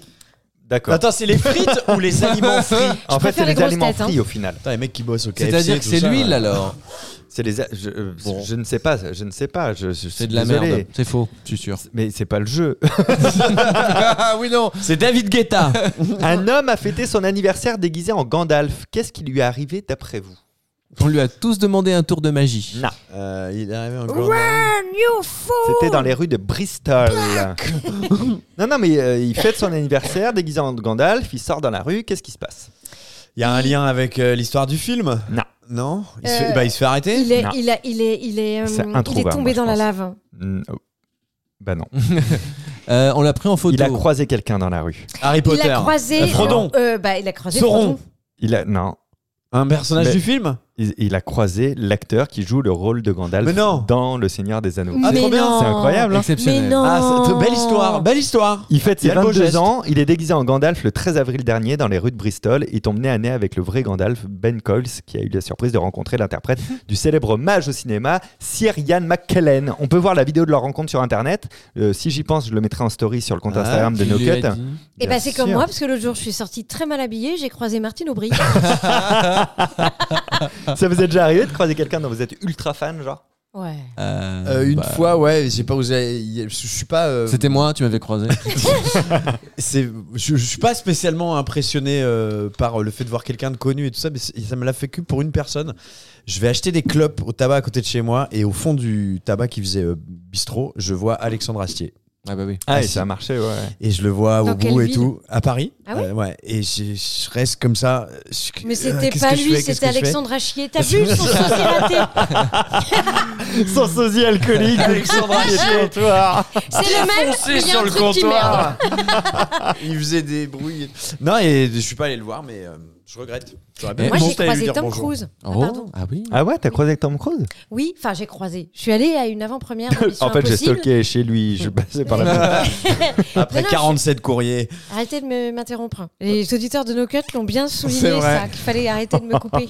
Speaker 2: D'accord.
Speaker 5: Attends, c'est les frites ou les aliments frits
Speaker 2: En fait,
Speaker 3: préfère
Speaker 2: c'est
Speaker 3: les
Speaker 2: les,
Speaker 3: grosses
Speaker 2: aliments
Speaker 3: têtes, hein.
Speaker 2: frits au final.
Speaker 5: Putain, les mecs qui bossent au KFC.
Speaker 4: C'est-à-dire que
Speaker 5: tout
Speaker 4: c'est
Speaker 5: ça,
Speaker 4: l'huile
Speaker 5: ouais.
Speaker 4: alors.
Speaker 2: C'est les a- je, euh,
Speaker 4: Bon.
Speaker 2: je ne sais pas, je ne sais pas. Je, je- je
Speaker 4: C'est
Speaker 2: suis
Speaker 4: de la
Speaker 2: désolé.
Speaker 4: merde. C'est faux, je suis sûr.
Speaker 2: Mais c'est pas le jeu.
Speaker 4: Ah oui, non.
Speaker 5: C'est David Guetta.
Speaker 2: Un homme a fêté son anniversaire déguisé en Gandalf. Qu'est-ce qui lui est arrivé d'après vous
Speaker 4: On lui a tous demandé un tour de magie.
Speaker 2: Non.
Speaker 5: Euh, il est arrivé en grand.
Speaker 3: Run, you fool
Speaker 2: C'était dans les rues de Bristol. non, non, mais euh, il fête son anniversaire déguisé en Gandalf, il sort dans la rue, qu'est-ce qui se passe
Speaker 5: Il y a un lien avec euh, l'histoire du film
Speaker 2: Non.
Speaker 5: Non il se,
Speaker 3: Euh,
Speaker 5: bah, il se fait arrêter
Speaker 3: Il est,
Speaker 2: Non.
Speaker 3: il, a- il est, il est, euh,
Speaker 2: C'est
Speaker 3: il est
Speaker 2: introuvable,
Speaker 3: tombé
Speaker 2: moi,
Speaker 3: dans
Speaker 2: je
Speaker 3: la
Speaker 2: pense.
Speaker 3: lave.
Speaker 2: Mm, oh. Bah Hmm, oh. non.
Speaker 4: Euh, on l'a pris en photo.
Speaker 2: Il a croisé quelqu'un dans la rue.
Speaker 5: Harry
Speaker 3: Il
Speaker 5: Potter.
Speaker 3: a croisé.
Speaker 5: Euh, Frodon.
Speaker 3: euh, bah, il a croisé
Speaker 5: Sauron.
Speaker 3: Frodon.
Speaker 2: Il a non.
Speaker 5: Un personnage
Speaker 2: Mais-
Speaker 5: du film
Speaker 2: Il, il a croisé l'acteur qui joue le rôle de Gandalf
Speaker 5: Mais non.
Speaker 2: dans Le Seigneur des Anneaux.
Speaker 5: Ah,
Speaker 3: Mais
Speaker 5: trop bien,
Speaker 3: non.
Speaker 2: C'est incroyable. hein.
Speaker 4: Exceptionnel.
Speaker 3: Mais non.
Speaker 5: Ah, c'est-
Speaker 3: Oh.
Speaker 5: belle histoire, belle histoire.
Speaker 2: Il fête
Speaker 5: Il y
Speaker 2: ses
Speaker 5: a le beau
Speaker 2: 22
Speaker 5: geste.
Speaker 2: ans, il est déguisé en Gandalf le 13 avril dernier dans les rues de Bristol. Il tombe nez à nez avec le vrai Gandalf, Ben Coles, qui a eu la surprise de rencontrer l'interprète du célèbre mage au cinéma, Sir Ian McKellen. On peut voir la vidéo de leur rencontre sur Internet. Euh, si j'y pense, je le mettrai en story sur le compte
Speaker 5: Ah,
Speaker 2: Instagram de
Speaker 4: Il
Speaker 2: No
Speaker 4: lui a
Speaker 2: Cut.
Speaker 4: dit.
Speaker 3: Et
Speaker 2: Bien
Speaker 3: bah, c'est comme
Speaker 2: sûr.
Speaker 3: moi, parce que l'autre jour, je suis sortie très mal habillée, j'ai croisé Martine Aubry.
Speaker 2: Ça vous est déjà arrivé de croiser quelqu'un dont vous êtes ultra fan, genre
Speaker 3: Ouais.
Speaker 4: Euh,
Speaker 5: Euh, une
Speaker 4: bah,
Speaker 5: fois, ouais, j'ai pas osé. y- Je suis pas. euh,
Speaker 4: C'était moi, tu m'avais croisé.
Speaker 5: c'est- je, je suis pas spécialement impressionné euh, par le fait de voir quelqu'un de connu et tout ça, mais c'est- ça me l'a fait que pour une personne. Je vais acheter des clopes au tabac à côté de chez moi et au fond du tabac qui faisait euh, bistrot, je vois Alexandre Astier
Speaker 4: Ah bah oui.
Speaker 2: Ah, et
Speaker 5: si.
Speaker 2: ça a marché, ouais.
Speaker 5: et je le vois
Speaker 3: Dans
Speaker 5: au
Speaker 3: quelle
Speaker 5: bout et
Speaker 3: ville
Speaker 5: tout à Paris.
Speaker 3: Ah ouais
Speaker 5: Euh, ouais. Et je, je reste comme ça. je-
Speaker 3: Mais
Speaker 5: euh,
Speaker 3: c'était
Speaker 5: qu'est-ce
Speaker 3: pas
Speaker 5: que je
Speaker 3: lui,
Speaker 5: fais,
Speaker 3: c'était
Speaker 5: qu'est-ce que je fais
Speaker 3: Alexandre Achier. T'as vu son sosie raté
Speaker 2: Son sosie alcoolique, Alexandre Achier.
Speaker 3: C'est le même, mais il y a un truc qui merde.
Speaker 5: Il faisait des bruits. Non, et je suis pas allé le voir, mais euh, je regrette. J'aurais bien
Speaker 4: Et
Speaker 3: Moi,
Speaker 5: aimé
Speaker 3: j'ai
Speaker 5: aller lui
Speaker 3: croisé
Speaker 5: dire
Speaker 3: Tom
Speaker 5: bonjour.
Speaker 3: Cruise. Ah,
Speaker 4: Oh,
Speaker 3: pardon.
Speaker 4: ah oui.
Speaker 2: Ah ouais, t'as croisé avec Tom Cruise
Speaker 3: Oui, enfin, j'ai croisé. Je suis allée à une avant-première. de Mission
Speaker 2: En fait, j'ai
Speaker 3: Impossible.
Speaker 2: stalké chez lui, je passais par là.
Speaker 5: Après
Speaker 3: Non, non,
Speaker 5: 47 courriers.
Speaker 3: Arrêtez de me- m'interrompre. hein. Les auditeurs de No Cut l'ont bien
Speaker 5: C'est
Speaker 3: souligné,
Speaker 5: vrai.
Speaker 3: ça, qu'il fallait arrêter de me couper.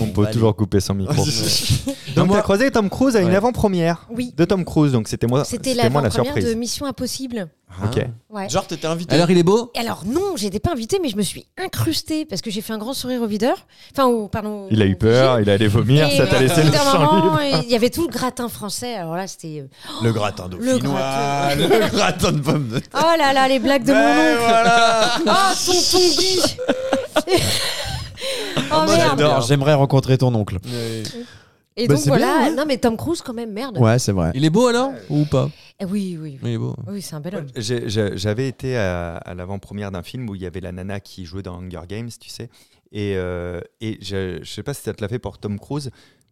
Speaker 2: On peut toujours couper son micro. Donc
Speaker 4: moi-
Speaker 2: t'as croisé Tom Cruise à une
Speaker 4: Ouais.
Speaker 2: avant-première
Speaker 3: Oui.
Speaker 2: de Tom Cruise, donc c'était moi,
Speaker 3: C'était
Speaker 2: c'était moi la
Speaker 3: l'avant-première
Speaker 2: surprise.
Speaker 3: de Mission Impossible.
Speaker 2: Ok.
Speaker 3: Ouais.
Speaker 5: Genre, t'étais invité.
Speaker 4: Alors il est beau
Speaker 3: Alors non, j'étais pas invitée, mais je me suis incrustée parce que j'ai fait un grand sourire au videur. Enfin, au, pardon. au-
Speaker 2: Il a eu
Speaker 3: au
Speaker 2: peur,
Speaker 3: vigile.
Speaker 2: il allait vomir,
Speaker 3: Et
Speaker 2: ça t'a laissé le
Speaker 3: au bout d'un
Speaker 2: champ
Speaker 3: moment,
Speaker 2: libre.
Speaker 3: Il y avait tout le gratin français. Alors là, c'était. euh,
Speaker 5: le gratin dauphinois.
Speaker 3: gratin.
Speaker 5: Le gratin de pommes de terre.
Speaker 3: Oh là là, les blagues de mon
Speaker 5: Ouais,
Speaker 3: oncle.
Speaker 5: voilà.
Speaker 3: Oh, tonton Guy. oh
Speaker 5: Moi,
Speaker 3: merde.
Speaker 5: J'adore, j'aimerais rencontrer ton oncle.
Speaker 3: Et
Speaker 5: Bah,
Speaker 3: donc
Speaker 5: c'est
Speaker 3: voilà.
Speaker 5: bien, ouais.
Speaker 3: Non mais Tom Cruise quand même, merde.
Speaker 5: Ouais, c'est vrai.
Speaker 4: Il est beau alors Ou pas
Speaker 3: Eh oui, oui, oui.
Speaker 4: Il est beau.
Speaker 3: Oui, c'est un bel homme.
Speaker 2: J'ai- j'ai- J'avais été à, à l'avant-première d'un film où il y avait la nana qui jouait dans Hunger Games, tu sais. Et, euh, et je, je sais pas si ça te l'a fait pour Tom Cruise.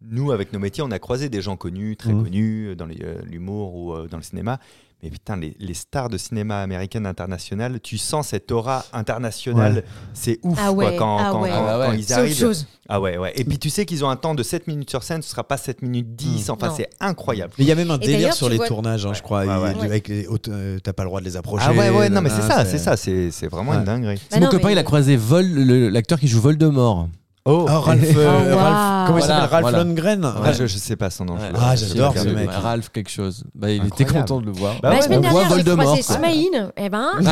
Speaker 2: Nous, avec nos métiers, on a croisé des gens connus, très
Speaker 5: Mhm.
Speaker 2: connus, euh, dans les, euh, l'humour ou euh, dans le cinéma. Mais putain, les, les stars de cinéma américaine internationale, tu sens cette aura internationale. C'est ouf
Speaker 3: Ah
Speaker 2: quoi,
Speaker 3: ouais,
Speaker 2: quand,
Speaker 3: ah
Speaker 2: quand-
Speaker 3: ouais.
Speaker 2: quand-
Speaker 4: Ah bah ouais.
Speaker 2: quand ils
Speaker 3: C'est autre
Speaker 2: arrivent.
Speaker 3: chose.
Speaker 2: Ah ouais, ouais. Et puis tu sais qu'ils ont un temps de 7 minutes sur scène, ce sera pas 7 minutes 10. Enfin,
Speaker 3: Non.
Speaker 2: c'est incroyable.
Speaker 5: Mais il y a même un délire
Speaker 3: d'ailleurs,
Speaker 5: sur
Speaker 3: tu
Speaker 5: les
Speaker 3: vois-
Speaker 5: tournages, hein, je crois.
Speaker 2: Ouais, ouais.
Speaker 5: Il- avec les hautes- euh, T'as pas le droit de les approcher.
Speaker 2: Ah ouais, ouais, non, mais c'est
Speaker 5: nanana,
Speaker 2: ça, c'est ça, c'est c'est vraiment une
Speaker 5: Ouais.
Speaker 2: dinguerie.
Speaker 3: Bah
Speaker 4: mon
Speaker 3: non,
Speaker 4: copain,
Speaker 3: mais-
Speaker 4: il a croisé Vol, le- l'acteur qui joue Voldemort.
Speaker 2: Oh,
Speaker 5: Oh, Ralph, euh,
Speaker 3: Oh, wow.
Speaker 5: Ralph- Comment il
Speaker 4: Voilà,
Speaker 5: s'appelle Ralph
Speaker 4: voilà.
Speaker 5: Lundgren
Speaker 2: Ah,
Speaker 5: Ralph-
Speaker 2: je, je sais pas son nom. je-
Speaker 5: Ah, j'adore
Speaker 2: je-
Speaker 5: ce
Speaker 2: je-
Speaker 5: mec.
Speaker 4: Ralph quelque chose. Bah, il était
Speaker 2: Incroyable.
Speaker 4: content de le voir.
Speaker 2: Bah
Speaker 3: Bah,
Speaker 2: ouais,
Speaker 3: la semaine
Speaker 4: on voit
Speaker 3: dernière, j'ai
Speaker 4: Voldemort.
Speaker 3: croisé Smaïn. Eh ben, euh,
Speaker 5: Il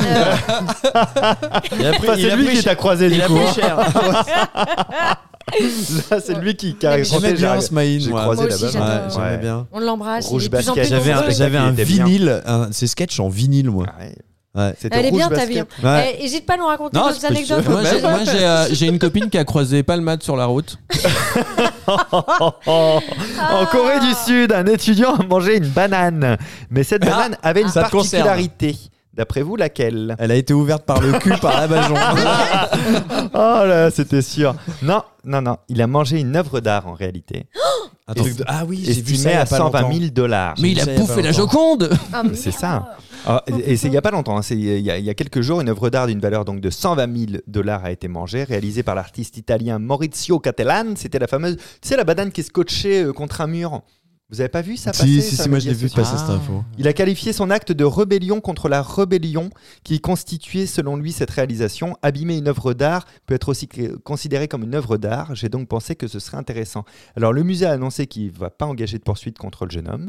Speaker 5: a pris-
Speaker 2: Enfin,
Speaker 5: il
Speaker 2: c'est
Speaker 5: a
Speaker 2: lui
Speaker 5: pris
Speaker 2: qui t'a croisé
Speaker 5: Il
Speaker 2: du
Speaker 5: a
Speaker 2: coup.
Speaker 5: pris cher.
Speaker 2: Là, c'est lui qui
Speaker 3: Mais
Speaker 2: caractérise.
Speaker 5: J'aimais bien Smaïn.
Speaker 2: J'ai
Speaker 5: moi.
Speaker 2: croisé
Speaker 3: Moi aussi,
Speaker 2: là-bas.
Speaker 3: j'adore.
Speaker 5: Ouais, j'aimais bien.
Speaker 3: on l'embrasse.
Speaker 2: Rouge
Speaker 3: il est de plus en
Speaker 2: basket.
Speaker 3: plus
Speaker 5: J'avais un,
Speaker 3: nombreux.
Speaker 5: j'avais un
Speaker 2: Il était bien.
Speaker 5: vinyle, un, ces sketchs en vinyle, moi.
Speaker 2: Ouais.
Speaker 5: Ouais.
Speaker 2: C'était
Speaker 3: Elle est
Speaker 2: rouge
Speaker 3: bien ta
Speaker 2: basket.
Speaker 3: vie. hein.
Speaker 5: Ouais.
Speaker 3: Eh, Hésite pas à nous raconter
Speaker 5: Non,
Speaker 3: d'autres
Speaker 5: c'est-
Speaker 3: anecdotes.
Speaker 4: Moi, j'ai-
Speaker 3: Ouais.
Speaker 4: moi, j'ai euh, j'ai une copine qui a croisé Palmade sur la route.
Speaker 2: Oh, En Corée du Sud, un étudiant a mangé une banane. Mais cette banane avait une
Speaker 5: Ah, ça te concerne.
Speaker 2: particularité. D'après vous, laquelle
Speaker 5: Elle a été ouverte par le cul par la Bajon.
Speaker 2: Oh là, c'était sûr. Non, non, non. Il a mangé une œuvre d'art en réalité,
Speaker 5: Un
Speaker 2: truc de-
Speaker 5: Ah oui,
Speaker 2: estimée à 120 000 dollars.
Speaker 4: Mais il a
Speaker 5: Ça, il y a pas
Speaker 4: bouffé la
Speaker 5: longtemps.
Speaker 4: Joconde
Speaker 3: Ah, mais-
Speaker 2: C'est ça. Ah, et c'est il n'y a pas longtemps, hein, c'est il y, a- il y a- il y a quelques jours, une œuvre d'art d'une valeur donc de 120 000 dollars a été mangée, réalisée par l'artiste italien Maurizio Catalan. C'était la fameuse, tu sais, la banane qui est scotchée euh, contre un mur. Vous avez pas vu ça passer
Speaker 5: Si, si,
Speaker 2: sur
Speaker 5: si,
Speaker 2: les
Speaker 5: moi je l'ai
Speaker 2: médias
Speaker 5: vu
Speaker 2: sociaux Ah,
Speaker 5: passer cette info.
Speaker 2: Il a qualifié son acte de rébellion contre la rébellion qui constituait, selon lui, cette réalisation. Abîmer une œuvre d'art peut être aussi clé- considéré comme une œuvre d'art. J'ai donc pensé que ce serait intéressant. Alors, le musée a annoncé qu'il ne va pas engager de poursuite contre le jeune homme.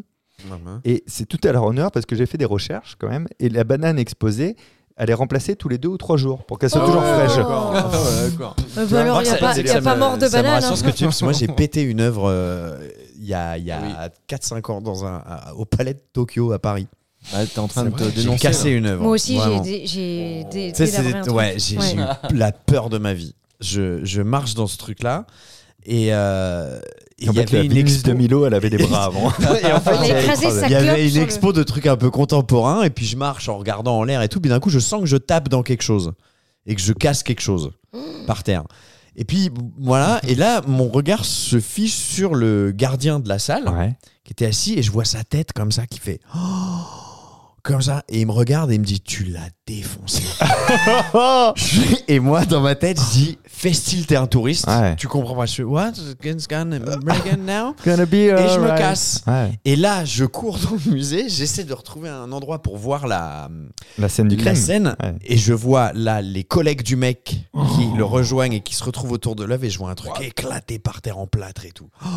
Speaker 2: Et c'est tout à leur honneur parce que j'ai fait des recherches quand même. Et la banane exposée, elle est remplacée tous les deux ou trois jours pour qu'elle soit
Speaker 3: Oh.
Speaker 2: toujours fraîche.
Speaker 4: Ah
Speaker 3: Euh, bah alors, il n'y a pas, y a pas mort de banane. hein.
Speaker 5: ce que tu parce que moi j'ai pété une œuvre euh, il y a, il y a 4-5 ans dans un, à- au palais de Tokyo à Paris.
Speaker 4: bah, T'es en train de te
Speaker 5: J'ai
Speaker 4: dénoncer.
Speaker 5: cassé une œuvre.
Speaker 3: Moi aussi, j'ai
Speaker 5: vraiment.
Speaker 3: dé- j'ai dé-
Speaker 5: Tu sais, c'est-
Speaker 3: délabré un truc.
Speaker 5: ouais, j'ai j'ai eu la peur de ma vie. Je, je marche dans ce truc-là et euh, et
Speaker 2: en
Speaker 5: il y
Speaker 2: fait, la
Speaker 5: avait une
Speaker 2: Vénus de
Speaker 5: expo.
Speaker 2: Milo, elle avait des bras avant.
Speaker 5: Et en fait,
Speaker 3: Elle a
Speaker 5: il y avait-
Speaker 3: écrasé sa
Speaker 5: il y
Speaker 3: clope sur
Speaker 5: avait une
Speaker 3: le-
Speaker 5: expo de trucs un peu contemporains et puis je marche en regardant en l'air et tout. Puis d'un coup, je sens que je tape dans quelque chose et que je casse quelque chose par terre. Et puis voilà. Et là, mon regard se fiche sur le gardien de la salle
Speaker 2: Ouais.
Speaker 5: qui était assis et je vois sa tête comme ça qui fait. Oh comme ça, et il me regarde et il me dit Tu l'as défoncé. Oh et moi, dans ma tête, je dis Festil, t'es un touriste.
Speaker 2: Ouais.
Speaker 5: Tu comprends pas. Je fais What? It's gonna break it now?
Speaker 2: Gonna be
Speaker 5: Et je me
Speaker 2: alright.
Speaker 5: casse.
Speaker 2: Ouais.
Speaker 5: Et là, je cours dans le musée, j'essaie de retrouver un endroit pour voir la,
Speaker 2: La scène du crime.
Speaker 5: la scène,
Speaker 2: Mmh. Ouais.
Speaker 5: et je vois là les collègues du mec qui le rejoignent et qui se retrouvent autour de l'œuvre, et je vois un truc éclaté par terre en plâtre et tout. Oh.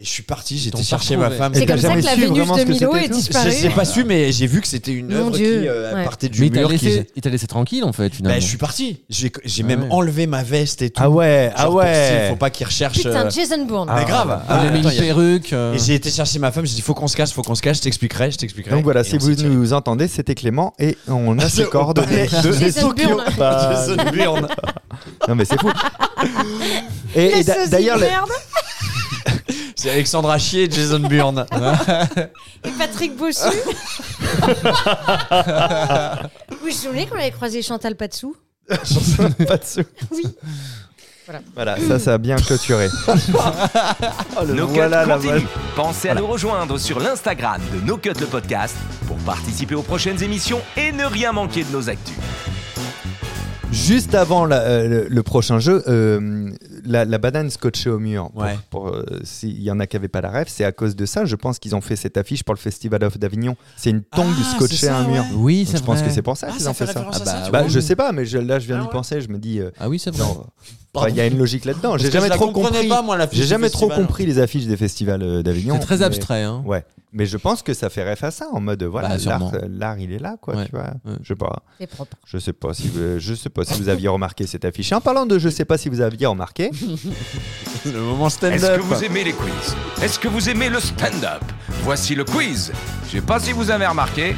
Speaker 5: Et je suis parti, j'étais
Speaker 4: t'ont
Speaker 5: chercher
Speaker 4: pas
Speaker 5: ma
Speaker 4: retrouvé.
Speaker 5: femme.
Speaker 2: Et
Speaker 3: C'est
Speaker 2: t'as
Speaker 3: comme ça
Speaker 2: jamais
Speaker 3: que la
Speaker 2: su
Speaker 3: Vénus
Speaker 2: vraiment ce
Speaker 3: de
Speaker 2: que
Speaker 3: Milo
Speaker 2: c'était
Speaker 3: est
Speaker 2: et tout
Speaker 5: Je
Speaker 3: disparue.
Speaker 5: sais pas su, mais j'ai vu que c'était une
Speaker 3: Mon
Speaker 5: œuvre qui
Speaker 3: Dieu,
Speaker 5: euh,
Speaker 3: ouais.
Speaker 5: partait du
Speaker 4: Mais il t'a
Speaker 5: mur. qui
Speaker 4: laissé,
Speaker 5: faisait-
Speaker 4: il t'a laissé tranquille en fait finalement.
Speaker 5: Bah, je suis parti. J'ai j'ai
Speaker 4: Ah
Speaker 5: même
Speaker 4: ouais.
Speaker 5: enlevé ma veste et tout.
Speaker 2: Ah ouais, ah
Speaker 5: Genre pour s'il
Speaker 2: ouais.
Speaker 5: faut pas qu'ils recherchent.
Speaker 3: Putain,
Speaker 5: euh,
Speaker 3: Jason Bourne.
Speaker 5: mais grave.
Speaker 4: Ah, Il a mis
Speaker 5: Attends,
Speaker 4: une
Speaker 5: il y a-
Speaker 4: perruque. euh,
Speaker 5: Et j'ai été chercher ma femme, j'ai dit faut qu'on se cache, faut qu'on se cache, je t'expliquerai, je t'expliquerai.
Speaker 2: Donc voilà,
Speaker 5: Et
Speaker 2: si
Speaker 5: on
Speaker 2: vous
Speaker 5: s'est tiré.
Speaker 2: nous entendez, c'était Clément et on a ses
Speaker 5: au
Speaker 2: coordonnées
Speaker 5: palais
Speaker 2: de
Speaker 3: Jason
Speaker 2: Tokyo.
Speaker 3: Bourne.
Speaker 2: Bah,
Speaker 5: Jason Bourne.
Speaker 2: non mais c'est fou. Et, et d'a- d'ailleurs, le-
Speaker 3: merde.
Speaker 5: C'est Alexandre Achier et Jason Bourne.
Speaker 3: Et Patrick Bossu. oui, je me souviens qu'on avait croisé Chantal Patsou.
Speaker 2: pas de sous.
Speaker 3: Oui.
Speaker 2: Voilà, ça, ça a bien clôturé. Oh, le
Speaker 6: No Cut
Speaker 2: voilà la
Speaker 6: continue.
Speaker 2: vache.
Speaker 6: Pensez à nous rejoindre sur l'Instagram de No Cut le podcast pour participer aux prochaines émissions et ne rien manquer de nos actus.
Speaker 2: Juste avant la- euh, le, le prochain jeu, euh, la, la banane scotchée au mur. pour-
Speaker 5: Ouais.
Speaker 2: pour, euh, S'il y en a qui n'avaient pas la rêve, c'est à cause de ça, je pense qu'ils ont fait cette affiche pour le Festival of d'Avignon. C'est une tongue
Speaker 5: Ah, c'est
Speaker 2: scotchée
Speaker 5: ça,
Speaker 2: à un mur.
Speaker 5: ouais.
Speaker 4: Oui,
Speaker 2: Donc
Speaker 4: c'est
Speaker 2: je pense
Speaker 4: vrai.
Speaker 2: que c'est pour ça
Speaker 5: Ah,
Speaker 2: qu'ils
Speaker 5: ça
Speaker 2: ont
Speaker 5: fait
Speaker 2: fait ça.
Speaker 5: référence à ça, tu
Speaker 2: bah,
Speaker 5: vois.
Speaker 2: je sais pas, mais je- là, je viens
Speaker 5: Ah
Speaker 2: d'y
Speaker 5: ouais.
Speaker 2: penser. Je me dis, euh,
Speaker 4: Ah oui, c'est vrai.
Speaker 2: genre, enfin, il y a une logique là-dedans. J'ai jamais trop compris. J'ai jamais trop compris les affiches des festivals euh, d'Avignon.
Speaker 4: C'est très
Speaker 2: mais-
Speaker 4: abstrait. Hein.
Speaker 2: Ouais, mais je pense que ça fait ref à ça en mode voilà,
Speaker 4: Bah, sûrement.
Speaker 2: l'art, euh, l'art, il est là quoi,
Speaker 4: Ouais,
Speaker 2: tu vois.
Speaker 4: ouais.
Speaker 2: Je sais pas,
Speaker 3: C'est propre.
Speaker 2: je sais pas si vous, euh, je sais pas si vous aviez remarqué cette affiche. Et En parlant de je sais pas si vous aviez remarqué,
Speaker 5: Le moment
Speaker 6: Est-ce que
Speaker 5: stand-up.
Speaker 6: vous aimez les quiz Est-ce que vous aimez le stand-up Voici le quiz. Je sais pas si vous avez remarqué.